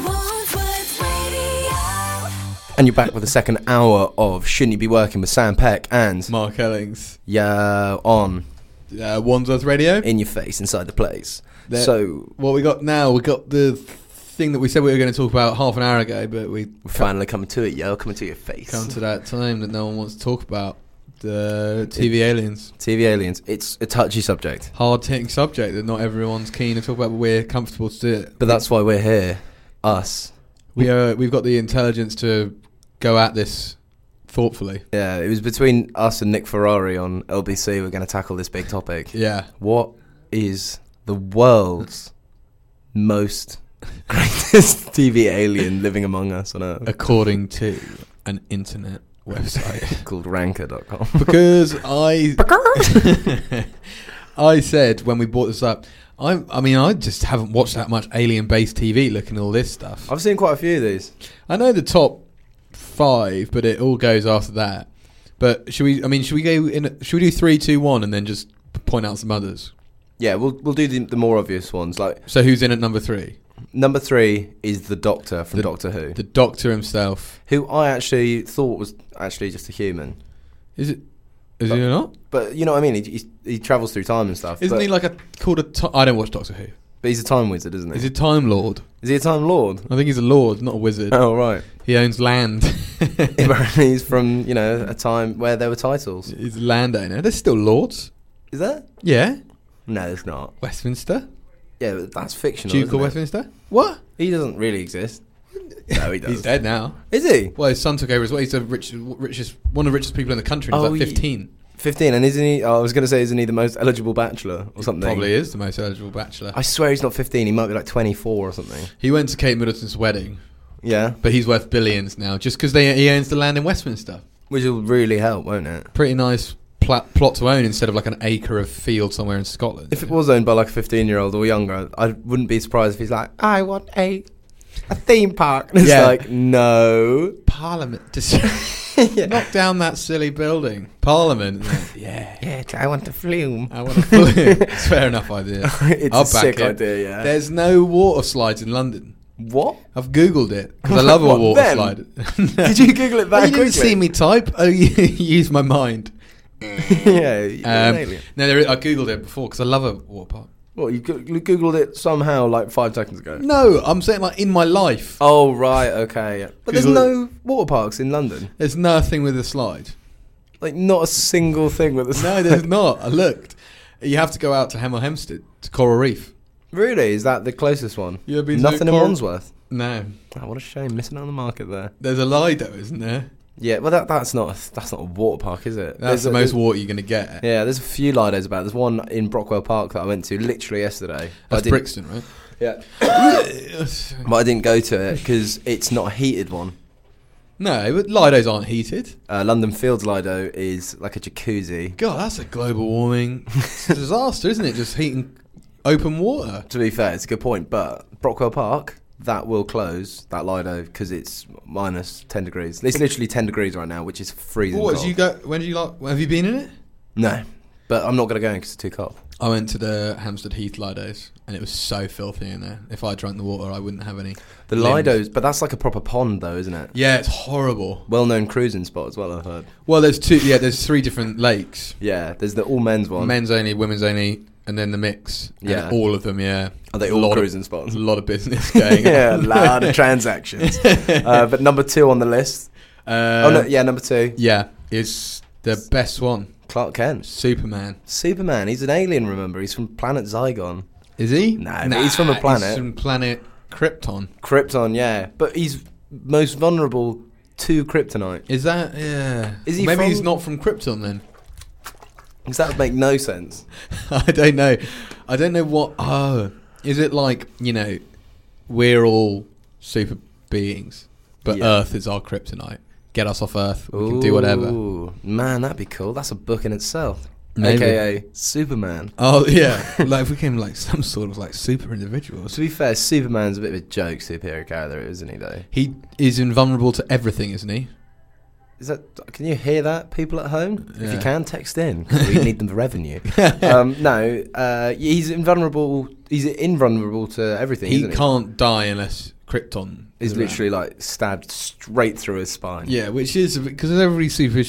C: Wandsworth Radio.
A: And you're back with the second hour of Shouldn't You Be Working with Sam Peck and
B: Mark Ellings.
A: Yo on
B: Uh, Wandsworth Radio.
A: in your face inside the place.
B: There-
A: so
B: What we got now? We got the thing that we said we were going to talk about half an hour ago, but we
A: we're finally coming to it, yo, coming to your face.
B: come to that time that no one wants to talk about. The TV aliens.
A: TV aliens. It's a touchy subject,
B: Hard hitting subject that not everyone's keen to talk about, but we're comfortable to do it.
A: but that's why we're here. Us.
B: We are, we've got the intelligence to go at this thoughtfully.
A: Yeah, it was between us and Nick Ferrari on LBC. We're going to tackle this big topic.
B: Yeah.
A: What is the world's most greatest TV alien living among us on Earth?
B: According to an internet website.
A: Called ranker.com.
B: because I I said when we brought this up, I I mean I just haven't watched that much alien based TV looking at all this stuff.
A: I've seen quite a few of these.
B: I know the top five, but it all goes after that. But should we? I mean, should we go in? Should we do three, two, one, and then just point out some others?
A: Yeah, we'll we'll do the, the more obvious ones. Like
B: So who's in at number three?
A: number three is the Doctor from Doctor Who,
B: The Doctor himself.
A: who I actually thought was actually just a human.
B: Is it? Is he not?
A: But you know what I mean? He he, he travels through time and stuff.
B: Isn't
A: but,
B: he like a called a? Ti- I don't watch Doctor Who.
A: But he's a time wizard, isn't he?
B: Is he Time Lord?
A: Is he a time lord?
B: I think he's a lord, not a wizard.
A: Oh right.
B: He owns land.
A: Apparently he's from you know a time where there were titles.
B: He's a landowner. They're still lords.
A: Is there?
B: Yeah.
A: No, it's not.
B: Westminster.
A: Yeah, but that's fictional.
B: Duke
A: isn't
B: of
A: it?
B: Westminster. What?
A: He doesn't really exist. No, he does.
B: He's dead now.
A: Is he?
B: Well, his son took over as well. He's the richest, richest, one of the richest people in the country. and
A: Oh,
B: He's
A: ye-
B: like 15.
A: 15, and isn't he? Oh, I was going to say, isn't he the most eligible bachelor or something?
B: Probably is the most eligible bachelor.
A: I swear he's not 15. He might be like 24 or something.
B: he went to Kate Middleton's wedding,
A: Yeah,
B: but he's worth billions now just because he owns the land in Westminster.
A: which will really help, won't it?
B: Pretty nice pla- plot to own instead of like an acre of field somewhere in Scotland.
A: If it was owned by like a 15 year old or younger, I wouldn't be surprised if he's like, I want a a theme park. And it's
B: Yeah.
A: like, no.
B: Parliament, dis- knock down that silly building. Parliament. yeah.
A: Yeah, I want the flume.
B: I want to pull it. It's a fair enough idea.
A: it's
B: I'll
A: a
B: back
A: sick
B: it.
A: idea, yeah.
B: There's no water slides in London.
A: what?
B: I've googled it because I love a
A: What,
B: water
A: them?
B: slide.
A: Did you Google it
B: Well,
A: that
B: you didn't
A: quickly?
B: see me type. Oh, you use my mind.
A: yeah, you're an
B: Um,
A: alien.
B: no, there is, I googled it before because I love a water park.
A: What, you goo- you Googled it somehow like five seconds ago?
B: No, I'm saying like in my life,
A: Oh, right, okay. yeah. But there's
B: Google
A: no water parks in London.
B: there's nothing with a slide.
A: Like, not a single thing with a
B: No, there's not. I looked. You have to go out to Hemel Hempstead to Coral Reef.
A: Really? Is that the closest one?
B: You ever been to
A: Nothing in
B: Cor-
A: Wandsworth.
B: No,
A: Oh, what a shame, missing out on the market there.
B: there's a Lido, isn't there?
A: Yeah, well, that, that's not that's not a water park, is it?
B: That's
A: There's a-
B: the most water you're gonna get.
A: Yeah, there's a few Lidos about. There's one in Brockwell Park that I went to literally yesterday. I
B: That's
A: didn't-
B: Brixton, right?
A: Yeah, but I didn't go to it because it's not a heated one.
B: no, but Lidos aren't heated.
A: Uh, London Fields Lido is like a jacuzzi.
B: God, that's a global warming disaster, isn't it? Just heating open water.
A: To be fair, it's a good point, but Brockwell Park that will close that Lido because it's minus ten degrees. It's literally ten degrees right now, which is freezing.
B: What did
A: cold.
B: you go? When did you like? Have you been in it?
A: No, but I'm not going to go in because it's too cold.
B: I went to the Hampstead Heath Lidos, and it was so filthy in there. If I drank the water, I wouldn't have any.
A: The
B: limbs.
A: Lido's, but that's like a proper pond though, isn't it?
B: Yeah, it's horrible.
A: Well-known cruising spot as well. I've heard.
B: Well, there's two. Yeah, there's three different lakes:
A: Yeah, there's the all men's one.
B: men's only, women's only, and then the mix. And
A: Yeah.
B: all of them. Yeah,
A: Are they all
B: lot
A: cruising
B: of,
A: spots?
B: A lot of business going.
A: yeah, a
B: on. Um,
A: lot of transactions. uh, but number two on the list.
B: Uh,
A: oh no, yeah, number two.
B: yeah, it's the best one.
A: Clark Kent,
B: Superman.
A: Superman. He's an alien. Remember, he's from planet Zygon,
B: Is he?
A: No, but he's from a planet.
B: He's from planet Krypton.
A: Krypton. Yeah, but he's most vulnerable to kryptonite.
B: Is that? Yeah.
A: Is he
B: Maybe
A: from-
B: he's not from Krypton then.
A: Because that would make no sense.
B: I don't know. I don't know what. Oh, is it like you know, we're all super beings, but
A: Yeah.
B: Earth is our kryptonite. Get us off Earth. We can do whatever.
A: Ooh, man, that'd be cool. That's a book in itself.
B: Maybe.
A: AKA Superman.
B: Oh yeah, like if we came like some sort of like super individuals.
A: To be fair, Superman's a bit of a joke superhero character, isn't he? Though,
B: He is invulnerable to everything, isn't he?
A: is that can you hear that, people at home? If you
B: Yeah.
A: can, text in. 'cause We need them for revenue. um, no, uh, he's invulnerable. He's invulnerable to everything.
B: He
A: isn't
B: can't die unless Krypton.
A: He? He's
B: around.
A: literally like stabbed straight through his spine.
B: yeah, which is because every super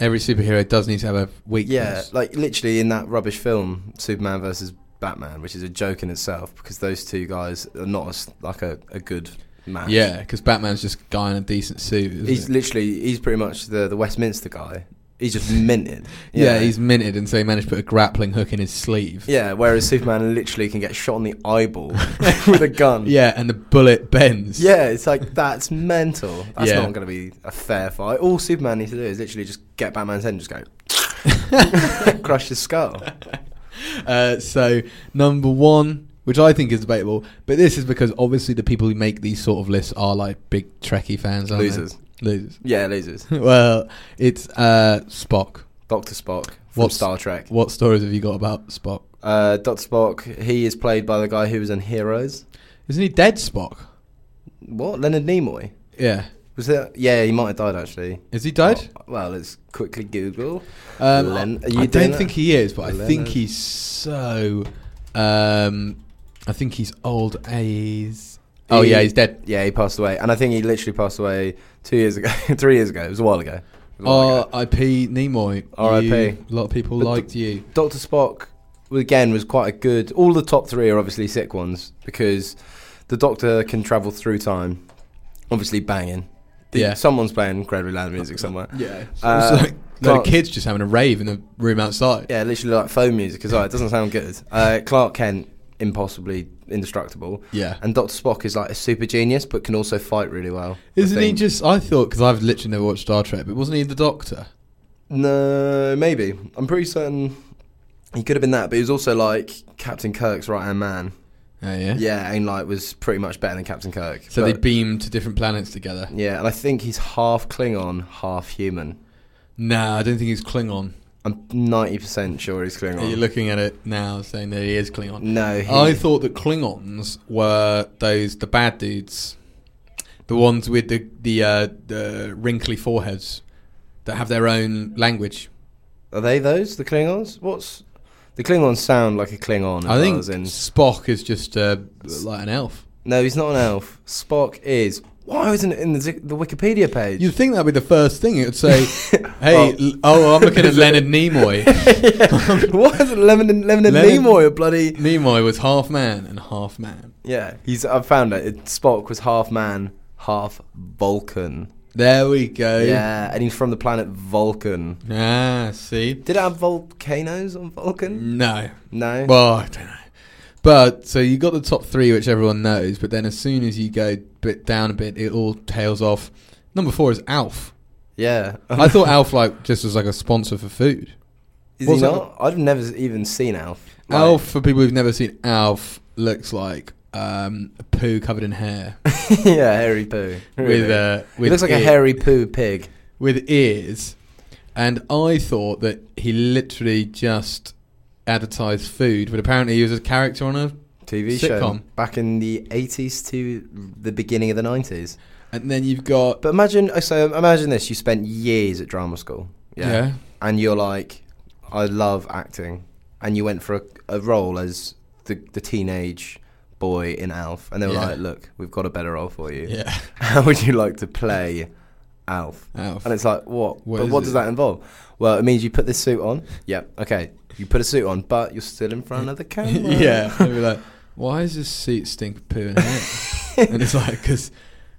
B: every superhero does need to have a
A: Yeah,
B: weakness.
A: like literally in that rubbish film, Superman versus Batman, which is a joke in itself because those two guys are not as, like a, a good match.
B: yeah, because Batman's just a guy in a decent suit. Isn't
A: he's
B: it?
A: literally he's pretty much the the Westminster guy. He's just minted. you
B: Yeah,
A: know?
B: he's minted, and so he managed to put a grappling hook in his sleeve.
A: yeah. Whereas Superman literally can get shot in the eyeball with a gun.
B: Yeah, and the bullet bends.
A: Yeah, it's like that's mental. That's
B: Yeah.
A: not going to be a fair fight. All Superman needs to do is literally just get Batman's head and just go crush his skull.
B: Uh, so number one, which I think is debatable, but this is because obviously the people who make these sort of lists are like big Trekkie fans, aren't
A: Losers.
B: They? Losers.
A: Yeah, losers.
B: well, it's uh, Spock.
A: Doctor Spock from
B: What's-
A: Star Trek.
B: What stories have you got about Spock?
A: Uh, Doctor Spock. He is played by the guy who was in Heroes.
B: Isn't he dead, Spock?
A: What Leonard Nimoy?
B: Yeah.
A: Was that? Yeah, he might have died actually.
B: Is he dead?
A: Well, let's quickly Google.
B: Um,
A: Oh. Len- are
B: I-
A: you
B: I
A: doing
B: don't
A: that?
B: think he is, but I think
A: Leonard.
B: he's so. Um, I think he's old A's. Oh
A: He-
B: yeah, he's dead.
A: Yeah, he passed away, and I think he literally passed away two years ago, three years ago. It was a while ago. It was a while
B: Oh.
A: ago.
B: R.I.P. Nimoy.
A: R.I.P..
B: You- A lot of people
A: But
B: liked you.
A: Doctor Spock well, again was quite a good. All the top three are obviously sick ones because the Doctor can travel through time. Obviously, banging. The-
B: Yeah.
A: someone's playing incredibly loud music somewhere.
B: Yeah.
A: Uh,
B: Uh, like, no,
A: Clark-
B: kids just having a rave in the room outside.
A: Yeah, literally like phone music as well. It doesn't sound good. Uh, Clark Kent, impossibly indestructible.
B: Yeah.
A: And Doctor Spock is like a super genius, but can also fight really well. I
B: Isn't he
A: think.
B: just? I thought because I've literally never watched Star Trek, but wasn't he the Doctor?
A: No, maybe. I'm pretty certain he could have been that, but he was also like Captain Kirk's right hand man.
B: Oh, yeah.
A: Yeah, Ainlight was pretty much better than Captain Kirk.
B: So they
A: But-
B: beam to different planets together.
A: Yeah, and I think he's half Klingon, half human.
B: Nah, I don't think he's Klingon.
A: I'm 90% sure he's
B: Are you
A: Klingon.
B: looking at it now, saying that he is Klingon?
A: No, he-
B: I thought that Klingons were those the bad dudes, the ones with the the, uh, the wrinkly foreheads that have their own language.
A: Are they those, the Klingons? What's. The Klingons sound like a Klingon. as
B: I
A: well
B: think
A: as in-
B: Spock is just uh, like an elf.
A: No, he's not an elf. Spock is. Why isn't it in the, Zi- the Wikipedia page?
B: You'd think that'd be the first thing. It would say, "Hey, oh, oh I'm looking at Leonard Nimoy.
A: Why isn't Lemon and, Lemon and
B: Leonard-
A: Nimoy a bloody.
B: Nimoy was half man and half man.
A: Yeah, he's. I found it. it. Spock was half man, half Vulcan.
B: There we go.
A: Yeah, and he's from the planet Vulcan.
B: Ah, see,
A: Did it have volcanoes on Vulcan?
B: no.
A: No.
B: Mm. Well, I don't know. But so you got the top three, which everyone knows. But then as soon as you go bit down a bit, it all tails off. Number four is Alf.
A: yeah.
B: I thought Alf like just was like a sponsor for food.
A: Is
B: What's
A: he
B: that?
A: not? I've never s- even seen Alf. Like,
B: Alf, for people who've never seen Alf, looks like um, a poo covered in hair
A: yeah, hairy poo.
B: with
A: Really.
B: uh,
A: he
B: with
A: looks like a
B: ear-
A: hairy poo pig.
B: with ears. And I thought that he literally just advertised food, but apparently he was a character on a
A: TV show
B: Sitcom.
A: back in the 80s to the beginning of the 90s.
B: And then you've got
A: But imagine, uh, so imagine this: you spent years at drama school,
B: Yeah.
A: and you're like, I love acting, and you went for a, a role as the, the teenage boy in Alf, and they were
B: Yeah.
A: like, Look, we've got a better role for you.
B: yeah
A: How would you like to play Alf?
B: Alf.
A: And it's like, what?
B: What
A: but
B: is
A: what
B: it?
A: does that involve? Well, it means you put this suit on. Yeah. Okay. You put a suit on, but you're still in front of the camera.
B: yeah. They'd be like, why is this seat stink of poo and hair? and it's like, because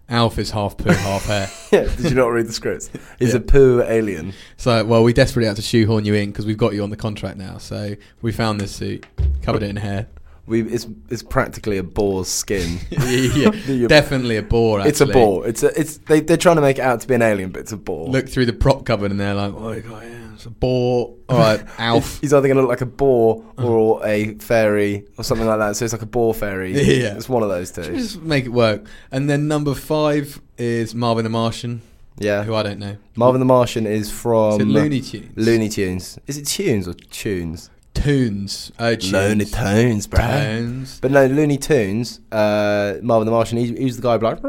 B: Alf is half poo, half hair.
A: yeah. Did you not read the script? He's
B: Yeah.
A: a poo alien.
B: It's like, well, we desperately have to shoehorn you in because we've got you on the contract now. So we found this suit, covered it in hair.
A: We it's it's practically a boar's skin.
B: yeah,
A: You-
B: definitely a bore. Actually.
A: It's a boar. It's a it's they they're trying to make it out to be an alien, but it's a boar.
B: Look through the prop cupboard and they're like, oh, God, yeah, it's a bore. All right, Alf. Uh-huh.
A: He's either going to look like a boar or a fairy or something like that. So it's like a boar fairy.
B: Yeah.
A: It's one of those two.
B: Just make it work. And then number five is Marvin the Martian, who
A: Yeah.
B: I don't know.
A: Marvin the Martian is from
B: Is it Looney Tunes?
A: Um, Looney Tunes. Is it Tunes or Tunes?
B: Tunes. Oh, Tunes.
A: Tunes,
B: Tunes.
A: But no, Looney Tunes. Uh, Marvin the Martian. He, he was the guy like.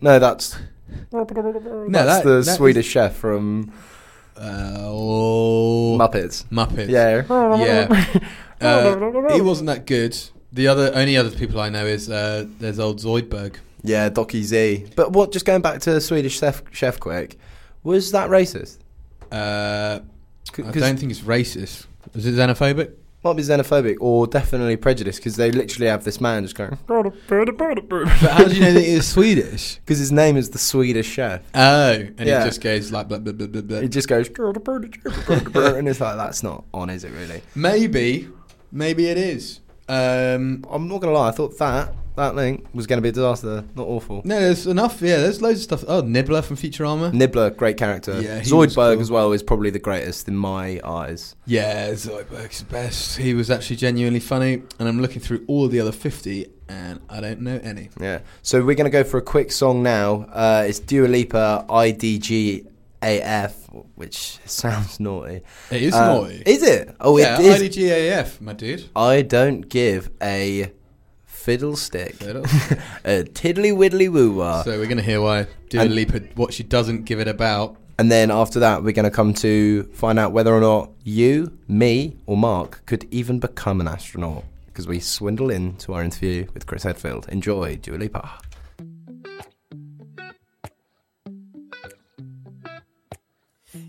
A: No, that's
B: No,
A: that's the
B: that- that is-
A: Swedish chef from
B: Uh, oh,
A: Muppets.
B: Muppets.
A: Yeah.
B: Yeah. Uh, he wasn't that good. The other only other people I know is uh, there's old Zoidberg.
A: Yeah, Docky Z. But what? Just going back to Swedish chef, chef quick. Was that racist?
B: Uh,
A: C-
B: I
A: 'cause
B: don't think it's racist. Is it xenophobic?
A: might be xenophobic or definitely prejudiced because they literally have this man just going
B: But how do you know that it's Swedish?
A: because his name is the Swedish chef.
B: Oh, and it
A: Yeah.
B: just goes like blah blah blah blah blah.
A: It just goes and it's like that's not on, is it really?
B: Maybe, maybe it is. Um,
A: I'm not gonna lie. I thought that that link was gonna be a disaster. Not awful.
B: no, there's enough. Yeah, there's loads of stuff. Oh, Nibbler from Futurama.
A: Nibbler, great character.
B: Yeah, he was
A: Zoidberg
B: cool.
A: as well is probably the greatest in my eyes.
B: Yeah, Zoidberg's the best. He was actually genuinely funny, and I'm looking through all the other 50, and I don't know any.
A: Yeah. So we're gonna go for a quick song now. Uh, it's Dua Lipa, IDGAF, which sounds naughty.
B: It is
A: Uh,
B: naughty.
A: Is it? Oh,
B: yeah,
A: it is.
B: IDGAF, my dude.
A: I don't give a fiddlestick,
B: Fiddle.
A: a tiddly widdly woo wah.
B: so we're going to hear why Dua
A: Ah. And-
B: Lipa, what she doesn't give it about.
A: And then after that, we're going to come to find out whether or not you, me, or Mark could even become an astronaut because we swindle into our interview with Chris Hedfield. Enjoy, Dua Lipa.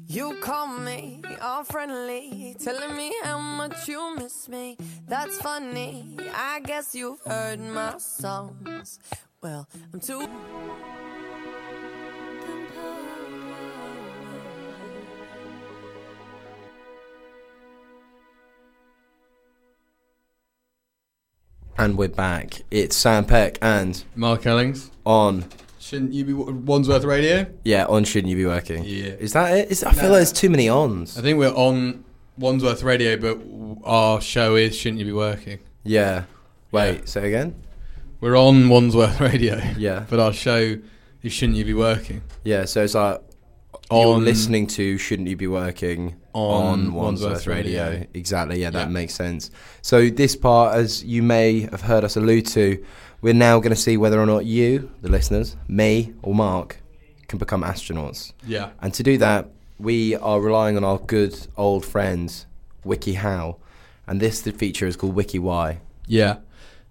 G: You call me all friendly, telling me how much you miss me. That's funny. I guess you've heard my songs. Well, I'm too.
A: And we're back. It's Sam Peck and
B: Mark Ellings.
A: on
B: Shouldn't you be w- Wandsworth Radio?
A: Yeah, on shouldn't you be working?
B: Yeah.
A: Is that it? Is, I feel like there's too many ons.
B: I think we're on Wandsworth Radio, but w- our show is Shouldn't You Be Working?
A: Yeah. Wait,
B: Yeah.
A: say again?
B: We're on Wandsworth Radio.
A: Yeah.
B: But our show is Shouldn't You Be Working?
A: Yeah, so it's like you're
B: On
A: listening to Shouldn't You Be Working
B: On
A: on, Wandsworth
B: Wandsworth Radio.
A: Radio. Exactly, yeah, that
B: Yeah.
A: makes sense. So this part, as you may have heard us allude to, we're now going to see whether or not you, the listeners, me or Mark, can become astronauts.
B: Yeah.
A: And to do that, we are relying on our good old friends, WikiHow. And this the feature is called WikiWhy.
B: Yeah.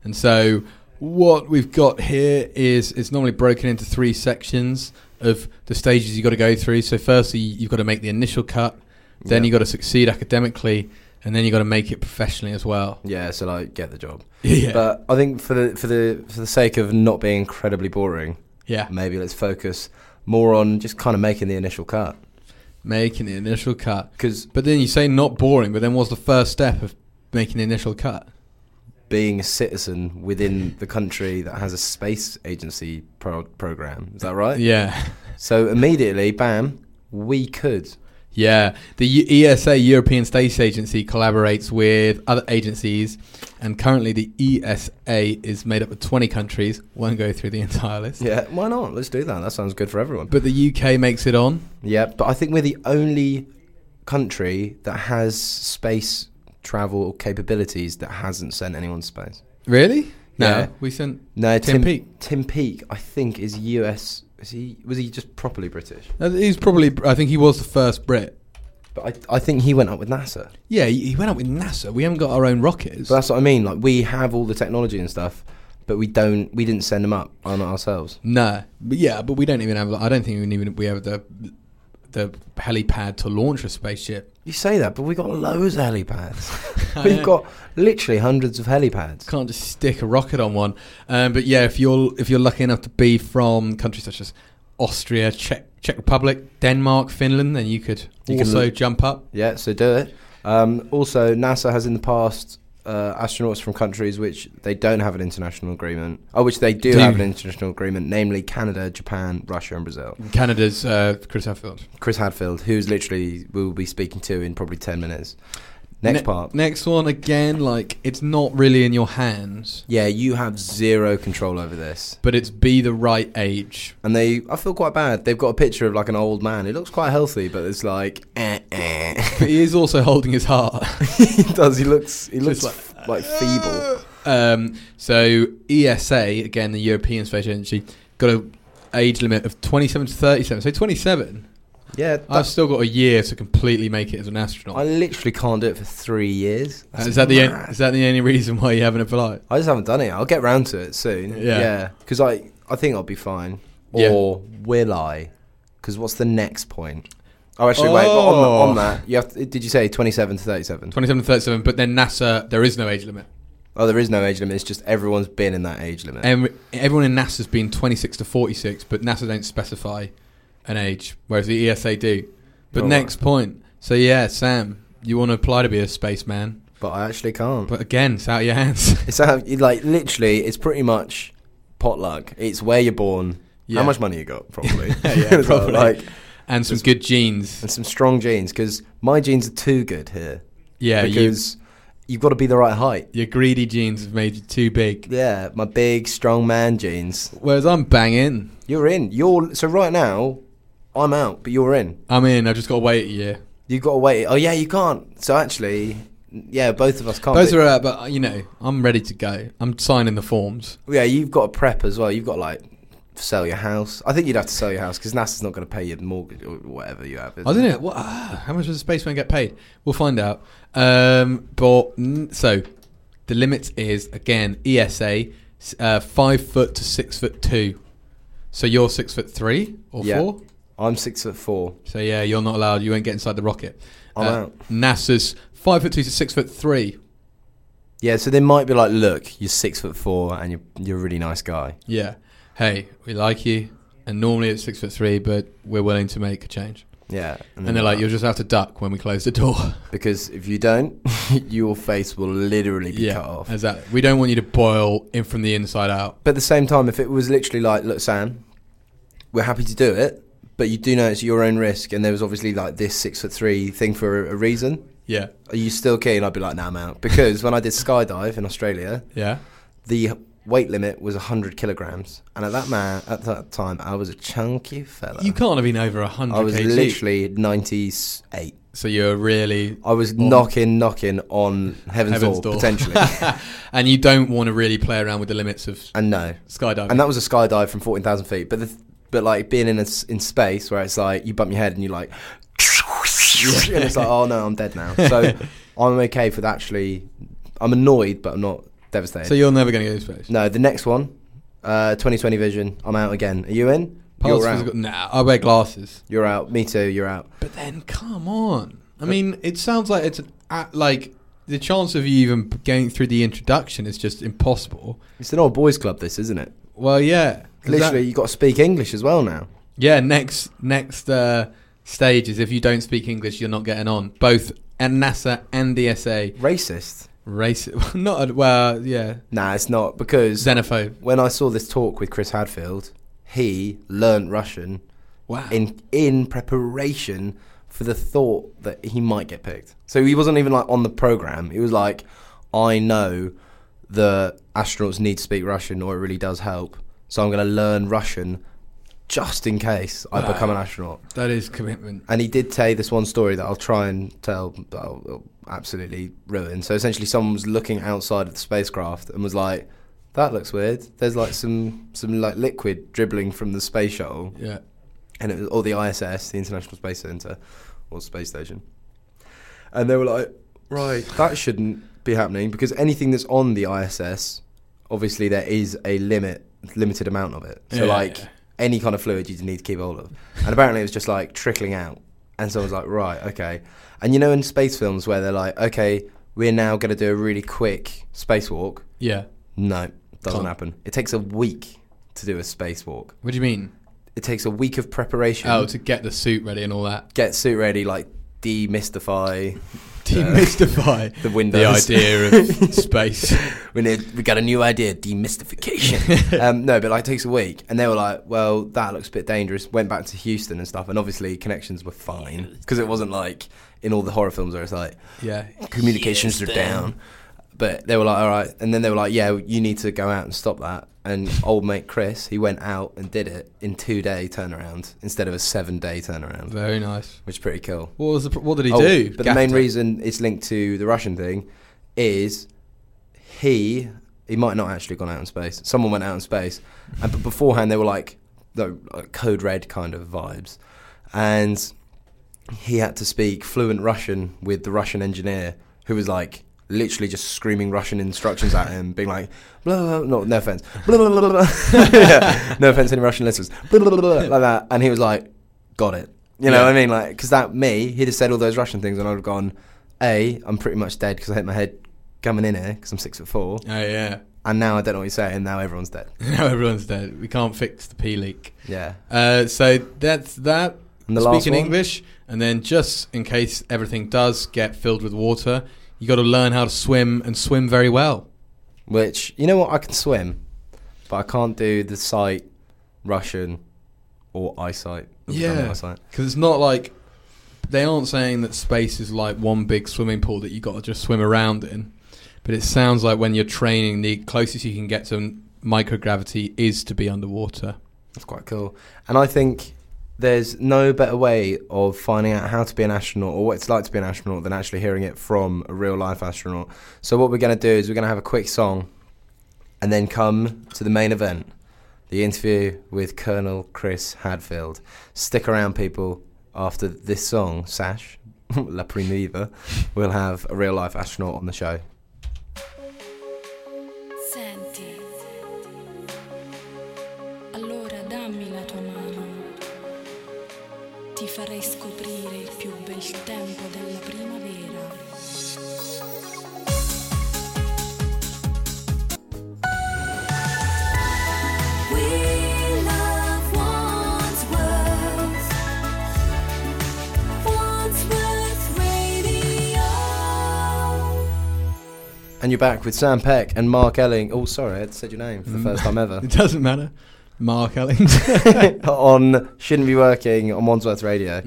B: And so what we've got here is it's normally broken into three sections of the stages you've got to go through. So firstly, you've got to make the initial cut, then
A: Yeah.
B: you've got to succeed academically, and then you've got to make it professionally as well.
A: Yeah, so like get the job.
B: Yeah.
A: But I think for the for the for the sake of not being incredibly boring,
B: yeah.
A: maybe let's focus more on just kind of making the initial cut.
B: Making the initial cut.
A: Because
B: But then you say not boring, but then what's the first step of making the initial cut?
A: being a citizen within the country that has a space agency pro- program, is that right?
B: Yeah.
A: So immediately, bam, we could.
B: Yeah, the U- ESA European Space Agency collaborates with other agencies, and currently the ESA is made up of 20 countries. Won't go through the entire list,
A: Yeah, why not? Let's do that. That sounds good for everyone.
B: but the UK makes it on.
A: Yeah, but I think we're the only country that has space travel capabilities that hasn't sent anyone to space.
B: Really? No,
A: Yeah.
B: we sent.
A: No,
B: Tim
A: Tim,
B: Peake.
A: Tim Peake, I think, is US. Is he? Was he just properly British?
B: uh, He's probably. I think he was the first Brit.
A: But I, I think he went up with NASA.
B: Yeah, he he went up with NASA. We haven't got our own rockets.
A: But that's what I mean. Like we have all the technology and stuff, but we don't. We didn't send them up on ourselves.
B: No, but yeah, but we don't even have. I don't think we even we have the the helipad to launch a spaceship.
A: You say that, but we got loads of helipads.
B: I
A: We've
B: know.
A: got literally hundreds of helipads.
B: Can't just stick a rocket on one. Um, but yeah, if you're if you're lucky enough to be from countries such as Austria, Czech Czech Republic, Denmark, Finland, then you could
A: You can
B: also
A: l-
B: jump up.
A: Yeah, so do it. Um, also, NASA has in the past uh, astronauts from countries which they don't have an international agreement, or which they do,
B: Do.
A: have an international agreement, namely Canada, Japan, Russia, and Brazil.
B: Canada's uh, Chris Hadfield.
A: Chris Hadfield, who's literally we will be speaking to in probably ten minutes. Next
B: Ne-
A: part.
B: Next one again, like it's not really in your hands,
A: Yeah, you have zero control over this.
B: but it's be the right age.
A: And they, I feel quite bad. They've got a picture of like an old man. He looks quite healthy, but it's like, eh, eh.
B: But he is also holding his heart.
A: he does. He looks, he
B: Just
A: looks like, like feeble.
B: Um, so ESA, again, the European Space Agency, got a age limit of 27 to 37. So 27,
A: Yeah,
B: I've
A: that's,
B: still got a year to completely make it as an astronaut. Uh,
A: I literally can't do it for three years. That's
B: is that the
A: mad.
B: en- is that the only reason why you haven't applied?
A: I just haven't done it. I'll get round to it soon.
B: Yeah.
A: Yeah. Because I, I think I'll be fine.
B: Yeah.
A: Or will I? Because what's the next point? Oh, actually, wait. But on,
B: Oh.
A: the, on that, you have to, did you say 27 to 37?
B: 27 to 37, but then NASA, there is no age limit.
A: Oh, there is no age limit. It's just everyone's been in that age limit.
B: Em- everyone in NASA's been 26 to 46, but NASA don't specify an age, whereas the ESA do. But
A: All right.
B: next point. So yeah, Sam, you want to apply to be a spaceman,
A: but I actually can't.
B: but again, it's out of your hands.
A: It's how, like literally, it's pretty much potluck. It's where you're born,
B: Yeah.
A: how much money you got, probably,
B: Yeah,
A: It's like-
B: probably.
A: like,
B: and some good genes.
A: and some strong genes because my genes are too good here.
B: Yeah, you,
A: because you, have got to be the right height.
B: your greedy genes have made you too big.
A: Yeah, my big strong man genes.
B: Whereas I'm banging.
A: You're in. You're so right now. I'm out, but you're in.
B: I'm in. I've just got to wait a year.
A: You've got to wait. Oh yeah, you can't. So actually, yeah, both of us can't.
B: Those
A: but-
B: are out, but uh, you know, I'm ready to go. I'm signing the forms.
A: Yeah, you've got to prep as well. You've got to, like sell your house. I think you'd have to sell your house because NASA's not going to pay your mortgage or whatever you have. is
B: I
A: it?
B: don't know. What, ah, how much does a spaceman get paid? We'll find out. Um, but mm, so the limit is again ESA s- uh, five foot to six foot two. So you're six foot three or
A: Yeah.
B: four.
A: I'm six foot four.
B: So yeah, you're not allowed. You won't get inside the rocket. Uh,
A: I'm out.
B: NASA's five foot two to six foot three.
A: Yeah, so they might be like, look, you're six foot four and you're you're a really nice guy.
B: Yeah. Hey, we like you. And normally it's six foot three, but we're willing to make a change.
A: Yeah,
B: And they're like, you'll just have to duck when we close the door.
A: because if you don't, your face will literally be cut
B: yeah,
A: off.
B: exactly. We don't want you to boil in from the inside out.
A: But at the same time, if it was literally like, look, Sam, we're happy to do it, but you do know it's at your own risk. And there was obviously like this six foot three thing for a, a reason.
B: Yeah.
A: Are you still keen? I'd be like, nah, I'm out. Because when I did skydive in Australia,
B: Yeah.
A: the weight limit was 100 kilograms. And at that man, at that time, I was a chunky fella.
B: You can't have been over 100
A: Uh, I was
B: kg.
A: literally 98.
B: So you're really.
A: I was knocking, knocking on heaven's,
B: Oh. Heaven's
A: door,
B: door.
A: potentially.
B: and you don't want to really play around with the limits of
A: and no.
B: skydiving.
A: And that was a skydive from 14,000 feet. But the, th- but like being in a s in space where it's like you bump your head and you're like, and it's like, oh no, I'm dead now. So I'm okay with actually, I'm annoyed, but I'm not devastated.
B: so you're never going to go to space.
A: No, the next one, uh, 2020 vision. I'm out again. Are you in?
B: Pulse
A: you're out.
B: physical- Nah, I wear glasses.
A: You're out. Me too. You're out.
B: But then, come on. I mean, it sounds like it's an, a- like the chance of you even going through the introduction is just impossible.
A: It's an old boys' club, this, isn't it?
B: Well, yeah. 'Cause
A: Literally,
B: that-
A: you got to speak English as well now.
B: yeah. Next, next uh, stage is if you don't speak English, you're not getting on. Both and NASA and the SA
A: Racist?
B: race. Not a- well, yeah.
A: Nah, it's not because
B: Xenophobe.
A: when I saw this talk with Chris Hadfield, he learnt Russian
B: Wow.
A: in in preparation for the thought that he might get picked. So he wasn't even like on the program. He was like, I know the astronauts need to speak Russian, or it really does help. So I'm going to learn Russian just in case I become an astronaut.
B: that is commitment.
A: And he did tell this one story that I'll try and tell, but I'll, I'll absolutely ruin. So essentially, someone was looking outside of the spacecraft and was like, "That looks weird. There's like some some like liquid dribbling from the space shuttle."
B: Yeah.
A: and it was or the ISS, the International Space Center, or space station. And they were like, right, that shouldn't be happening because anything that's on the ISS, obviously there is a limit, limited amount of it. So
B: Yeah,
A: like
B: yeah.
A: any kind of fluid you need to keep hold of. And apparently it was just like trickling out. And so I was like, right, okay. And you know in space films where they're like, okay, we're now going to do a really quick spacewalk.
B: Yeah.
A: No, doesn't
B: Can't.
A: happen. It takes a week to do a spacewalk.
B: What do you mean?
A: It takes a week of preparation
B: Oh, to get the suit ready and all that.
A: get suit ready, like demystify.
B: Demystify
A: the
B: the
A: windows.
B: idea of space.
A: We need, we got a new idea, demystification. um, no, but like it takes a week, and they were like, "Well, that looks a bit dangerous." Went back to Houston and stuff, and obviously connections were fine because it wasn't like in all the horror films where it's like
B: Yeah.
A: communications are down. But they were like, "All right," and then they were like, "Yeah, you need to go out and stop that." And old mate Chris, he went out and did it in two day turnaround instead of a seven day turnaround,
B: Very nice.
A: which is pretty cool.
B: What was the? pr- What did he
A: Oh,
B: do?
A: But the main
B: Gaffed it.
A: reason it's linked to the Russian thing is he he might not actually gone out in space. Someone went out in space, and but beforehand they were like the like code red kind of vibes, and he had to speak fluent Russian with the Russian engineer who was like. Literally just screaming Russian instructions at him, being like, blah, blah, blah, no, no offense, blah, blah, blah, blah, blah. Yeah, no offense to any Russian listeners, blah, blah, blah, blah, like that. And he was like, got it. You know
B: Yeah.
A: what I mean? mean, like, because that me, he'd have said all those Russian things, and I'd have gone, A, I'm pretty much dead because I hit my head coming in here because I'm six foot four,
B: Oh yeah.
A: and now I don't know what he's saying. Now everyone's dead.
B: Now everyone's dead. We can't fix the P leak.
A: Yeah,
B: Uh, so that's that.
A: And the
B: Speak
A: last
B: in
A: one?
B: English, and then just in case everything does get filled with water, you got to learn how to swim and swim very well.
A: which you know what? I can swim, but I can't do the sight Russian or eyesight. Ooh, damn it, eyesight.
B: because it's not like they aren't saying that space is like one big swimming pool that you got to just swim around in. But it sounds like when you're training, the closest you can get to microgravity is to be underwater.
A: That's quite cool. And I think there's no better way of finding out how to be an astronaut or what it's like to be an astronaut than actually hearing it from a real life astronaut. So, what we're going to do is we're going to have a quick song and then come to the main event the interview with Colonel Chris Hadfield. Stick around, people. After this song, Sash, La Primiva, we'll have a real life astronaut on the show.
H: Senti, allora dammi la tua mano. Ti farei scoprire il più bel tempo della primavera.
C: We love one's worth. One's worth radio.
A: And you're back with Sam Peck and Mark Elling. Oh, sorry, I said your name for the first time ever.
B: It doesn't matter. Mark Ellings.
A: on Shouldn't Be Working on Wandsworth Radio.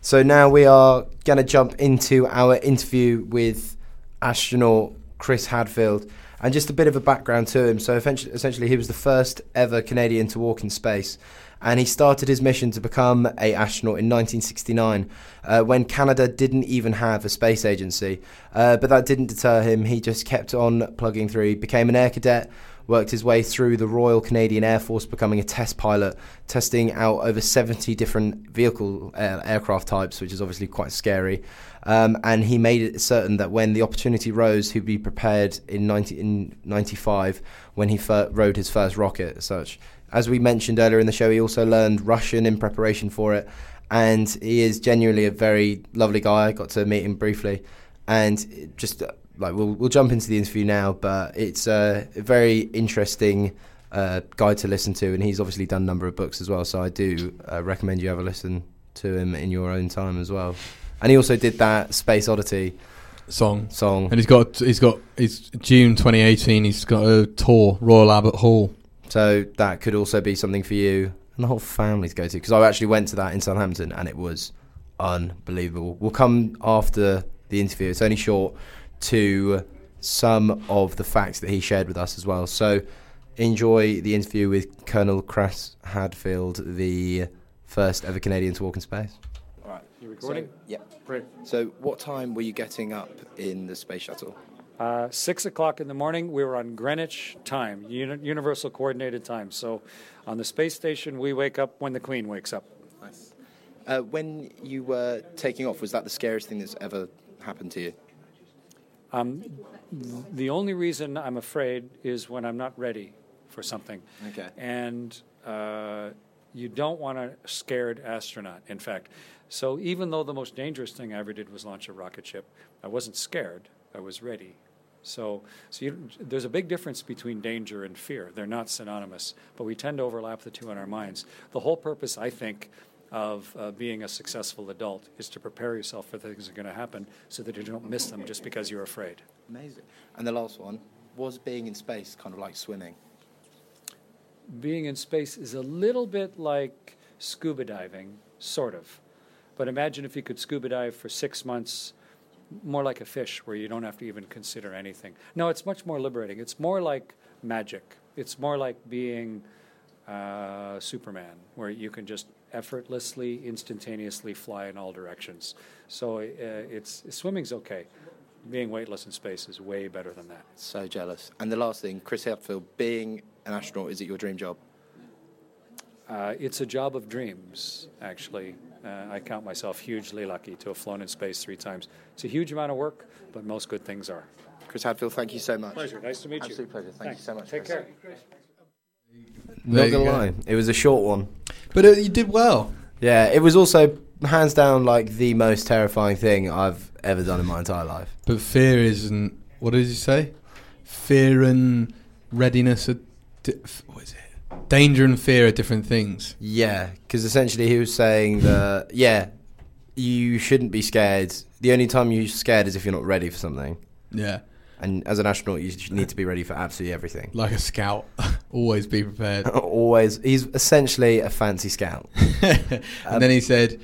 A: So now we are going to jump into our interview with astronaut Chris Hadfield. And just a bit of a background to him. So eventu- essentially, he was the first ever Canadian to walk in space. And he started his mission to become a astronaut in 1969, uh, when Canada didn't even have a space agency. Uh, but that didn't deter him. He just kept on plugging through. He became an air cadet, worked his way through the Royal Canadian Air Force, becoming a test pilot, testing out over 70 different vehicle uh, aircraft types, which is obviously quite scary. Um, and he made it certain that when the opportunity rose, he'd be prepared in 1995 when he fir- rode his first rocket. As such, as we mentioned earlier in the show, he also learned Russian in preparation for it. And he is genuinely a very lovely guy. I got to meet him briefly and it just uh, like we'll we'll jump into the interview now, but it's uh, a very interesting uh, guy to listen to, and he's obviously done a number of books as well. So I do uh, recommend you have a listen to him in your own time as well. And he also did that Space Oddity
B: Song.
A: song,
B: And he's got he's got he's June 2018. He's got a tour Royal Albert Hall.
A: so that could also be something for you and the whole family to go to. Because I actually went to that in Southampton, and it was unbelievable. We'll come after the interview. It's only short to some of the facts that he shared with us as well. So enjoy the interview with Colonel Crass Hadfield, the first ever Canadian to walk in space. All right, you
I: recording?
A: yeah. So, what time were you getting up in the space shuttle?
I: Uh, six o'clock in the morning, we were on Greenwich time, uni- Universal Coordinated Time. So on the space station, we wake up when the Queen wakes up.
A: Uh, when you were taking off, was that the scariest thing that's ever happened to you?
I: The only reason I'm afraid is when I'm not ready for something.
A: Okay.
I: And uh, you don't want a scared astronaut, in fact. So even though the most dangerous thing I ever did was launch a rocket ship, I wasn't scared, I was ready. So, so you, there's a big difference between danger and fear. They're not synonymous, but we tend to overlap the two in our minds. The whole purpose, I think, of uh, being a successful adult is to prepare yourself for things that are going to happen so that you don't miss them just because you're afraid.
A: Amazing. And the last one was being in space, kind of like swimming.
I: being in space is a little bit like scuba diving, sort of. But imagine if you could scuba dive for six months, more like a fish, where you don't have to even consider anything. No, it's much more liberating. It's more like magic. It's more like being uh, Superman, where you can just effortlessly, instantaneously fly in all directions. So uh, it's swimming's okay. Being weightless in space is way better than that.
A: So jealous. And the last thing, Chris Hadfield, being an astronaut, is it your dream job?
I: Uh, it's a job of dreams, actually. Uh, I count myself hugely lucky to have flown in space three times. It's a huge amount of work, but most good things are.
A: Chris Hadfield, thank you so much.
I: Pleasure. Nice to meet
A: Absolute
I: you.
A: pleasure. Thank you so much,
I: Take
A: Chris.
I: care.
A: Not
B: There you
A: gonna
B: go.
A: lie, it was a short one.
B: But uh, you did well.
A: Yeah, it was also hands down like the most terrifying thing I've ever done in my entire life.
B: But fear isn't. What did you say? Fear and readiness are. Di- f- what is it? Danger and fear are different things.
A: Yeah, because essentially he was saying that yeah, you shouldn't be scared. The only time you're scared is if you're not ready for something.
B: Yeah,
A: And as an astronaut, you should need to be ready for absolutely everything.
B: like a scout, always be prepared.
A: Oh. Always, he's essentially a fancy scout.
B: and then he said,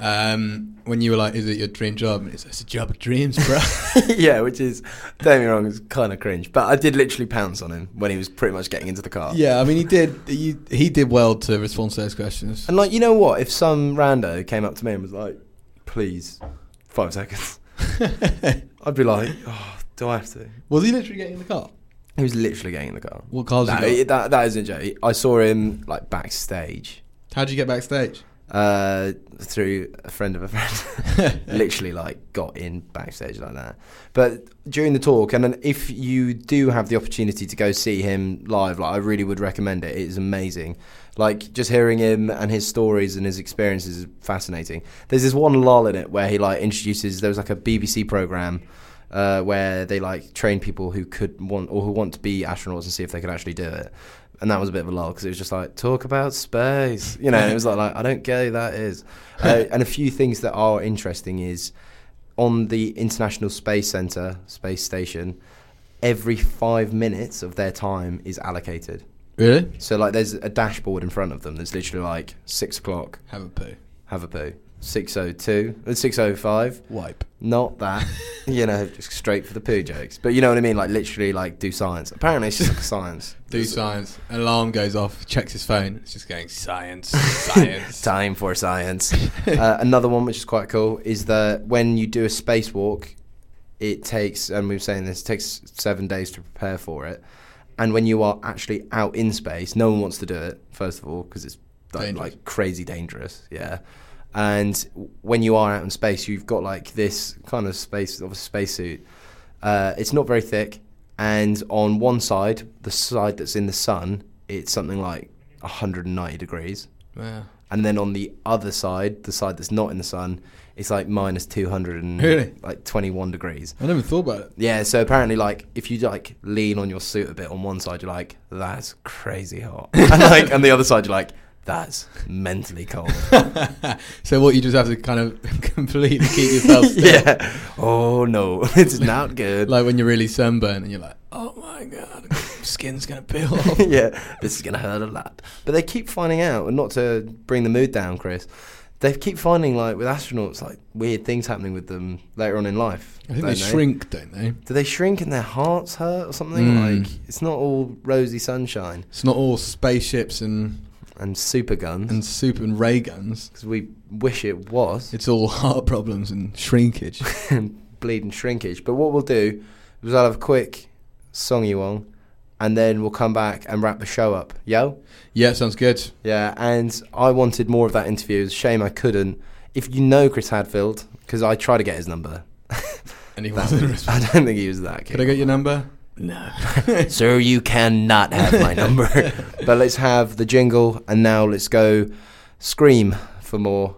B: um, when you were like, "Is it your dream job?" And it's, it's a job of dreams, bro.
A: yeah, which is don't get me wrong, it's kind of cringe. But I did literally pounce on him when he was pretty much getting into the car.
B: yeah, I mean, he did. He, he did well to respond to those questions.
A: and like you know what? If some rando came up to me and was like, "Please, five seconds," I'd be like, "Oh, do I have to?"
B: was he literally getting in the car?
A: He was literally getting in the car.
B: What cars?
A: No,
B: you got?
A: it- that that isn't a joke. I saw him like backstage
B: How'd you get backstage?
A: uh, through a friend of a friend. Literally, like, got in backstage like that. But during the talk, and then if you do have the opportunity to go see him live, like, I really would recommend it. It is amazing. Like, just hearing him and his stories and his experiences is fascinating. There's this one lull in it where he, like, introduces, there was like a BBC program. Uh, where they like train people who could want or who want to be astronauts and see if they could actually do it, and that was a bit of a lull because it was just like talk about space, you know. And it was like, like I don't get who that is, uh, and a few things that are interesting is on the International Space Center space station, every five minutes of their time is allocated.
B: Really?
A: So like, there's a dashboard in front of them. There's literally like six o'clock.
B: Have a poo.
A: Have a poo. Six oh two. Six oh five.
B: Wipe.
A: Not that. you know, just straight for the poo jokes. But you know what I mean? Like literally, like do science. Apparently, it's just science.
B: Do science. An alarm goes off. Checks his phone. It's just going science, science.
A: Time for science. uh, another one which is quite cool is that when you do a spacewalk, it takes, and we were saying this, it takes seven days to prepare for it. And when you are actually out in space, no one wants to do it, first of all, because it's like,
B: Dangerous.
A: like crazy dangerous. Yeah. And w- when you are out in space, you've got like this kind of space of a spacesuit. Uh, it's not very thick. And on one side, the side that's in the sun, it's something like 190 degrees
B: Wow.
A: and then on the other side, the side that's not in the sun, it's like minus two hundred and
B: Really?
A: like twenty one degrees.
B: I never thought about it.
A: Yeah, so apparently, like if you like lean on your suit a bit on one side, you're like, "That's crazy hot," and like on the other side, you're like, "That's mentally cold."
B: So what you just have to kind of completely keep yourself still.
A: yeah. Oh no, it's not good.
B: Like when you're really sunburned and you're like, oh my god, skin's gonna peel off.
A: yeah, this is going to hurt a lot. But they keep finding out, and not to bring the mood down, Chris, they keep finding, like, with astronauts, like, weird things happening with them later on in life.
B: I think
A: don't
B: they shrink, don't they?
A: Do they shrink and their hearts hurt or something?
B: Mm.
A: Like, it's not all rosy sunshine
B: It's not all spaceships and
A: and super guns,
B: and soup and ray guns.
A: because we wish it was,
B: It's all heart problems and shrinkage.
A: and bleed and shrinkage. But what we'll do is I'll have a quick song you on, and then we'll come back and wrap the show up. Yo?
B: yeah, sounds good.
A: Yeah, and I wanted more of that interview. It's a shame I couldn't. If you know Chris Hadfield, because I tried to get his number.
B: And he
A: That
B: wasn't
A: was- I
B: responding.
A: don't think he was that
B: Could I
A: keen.
B: get your number? No.
A: Sir, you cannot have my number. but let's have the jingle, and now let's go scream for more,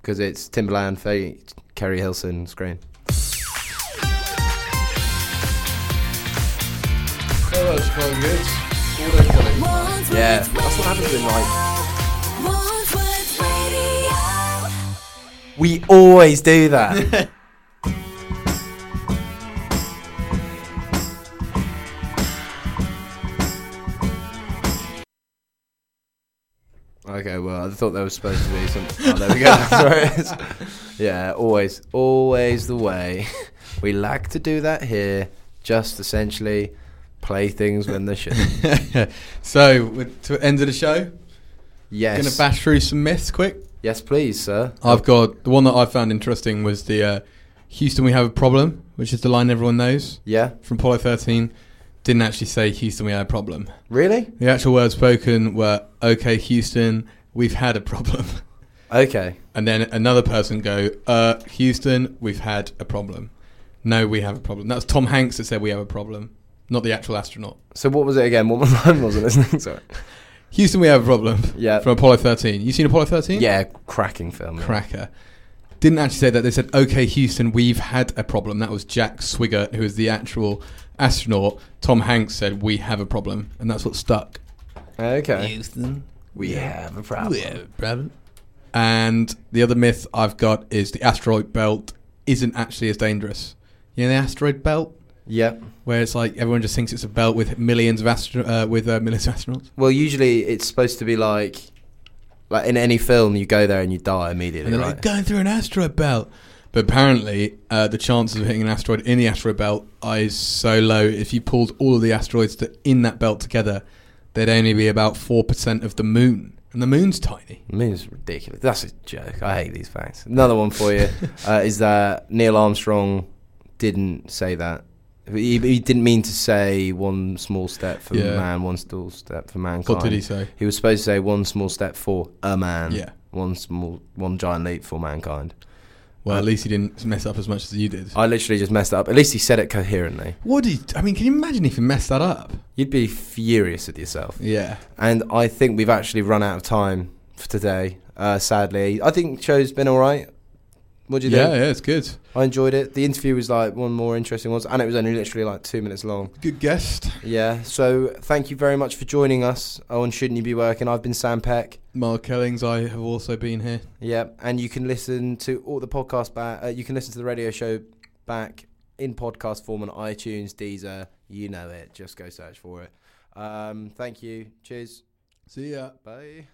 A: because it's Timberland, Faye, Kerry Hilson, scream.
B: Oh, that's quite good. All those colours.
A: Yeah, that's what happens in life.
C: Wandsworth Radio.
A: We always do that. Okay, well, I thought there was supposed to be some. Oh, there we go. Sorry. yeah, always, always the way. We like to do that here. Just essentially play things when they should.
B: so, with- to end of the show,
A: Yes.
B: gonna Oh. bash through some myths quick.
A: yes, please, sir.
B: I've got the one that I found interesting was the uh, Houston, we have a problem, which is the line everyone knows
A: Yeah.
B: from Apollo 13. Didn't actually say Houston, we had a problem.
A: Really?
B: The actual words spoken were, okay, Houston, we've had a problem.
A: Okay.
B: And then another person go, uh, Houston, we've had a problem. No, we have a problem. That's Tom Hanks that said we have a problem, not the actual astronaut.
A: So what was it again? What was I wasn't listening? Sorry.
B: Houston, we have a problem.
A: Yeah.
B: From Apollo 13. You seen Apollo 13?
A: Yeah, cracking film. yeah.
B: Cracker. Didn't actually say that. They said, okay, Houston, we've had a problem. That was Jack Swigert, who is the actual astronaut. Tom Hanks said, we have a problem. And that's what stuck.
A: Okay.
B: Houston,
A: We have a problem.
B: problem. And the other myth I've got is the asteroid belt isn't actually as dangerous. You know the asteroid belt,
A: Yep.
B: where it's like everyone just thinks it's a belt with millions of astro- uh, with uh, millions of astronauts,
A: Well, usually it's supposed to be like, like in any film, you go there and you die
B: and
A: immediately.
B: they're
A: right?
B: like going through an asteroid belt. But apparently, uh, the chances of hitting an asteroid in the asteroid belt is so low. If you pulled all of the asteroids that in that belt together, they'd only be about four percent of the moon, and the moon's tiny.
A: I mean, it's ridiculous. That's a joke. I hate these facts. Another one for you uh, is that Neil Armstrong didn't say that. He, he didn't mean to say one small step for
B: Yeah.
A: man, one small step for mankind.
B: What did he say?
A: He was supposed to say one small step for a man.
B: Yeah.
A: One small, one giant leap for mankind.
B: Well, at least he didn't mess up as much as you did.
A: Uh, I literally just messed it up. At least he said it coherently.
B: What do you? I mean, can you imagine if you messed that up?
A: You'd be furious with yourself.
B: Yeah.
A: And I think we've actually run out of time for today, uh, sadly. I think the show's been all right. What do you
B: Yeah,
A: think?
B: yeah, it's good.
A: I enjoyed it. The interview was like one more interesting one, and it was only literally like two minutes long.
B: Good guest,
A: Yeah. So thank you very much for joining us on Shouldn't You Be Working. I've been Sam Peck.
B: Mark Ellings. I have also been here.
A: Yeah, and you can listen to all the podcast back. Uh, you can listen to the radio show back in podcast form on iTunes, Deezer. You know it. Just go search for it.
B: Um, thank you. Cheers.
A: See ya.
B: Bye.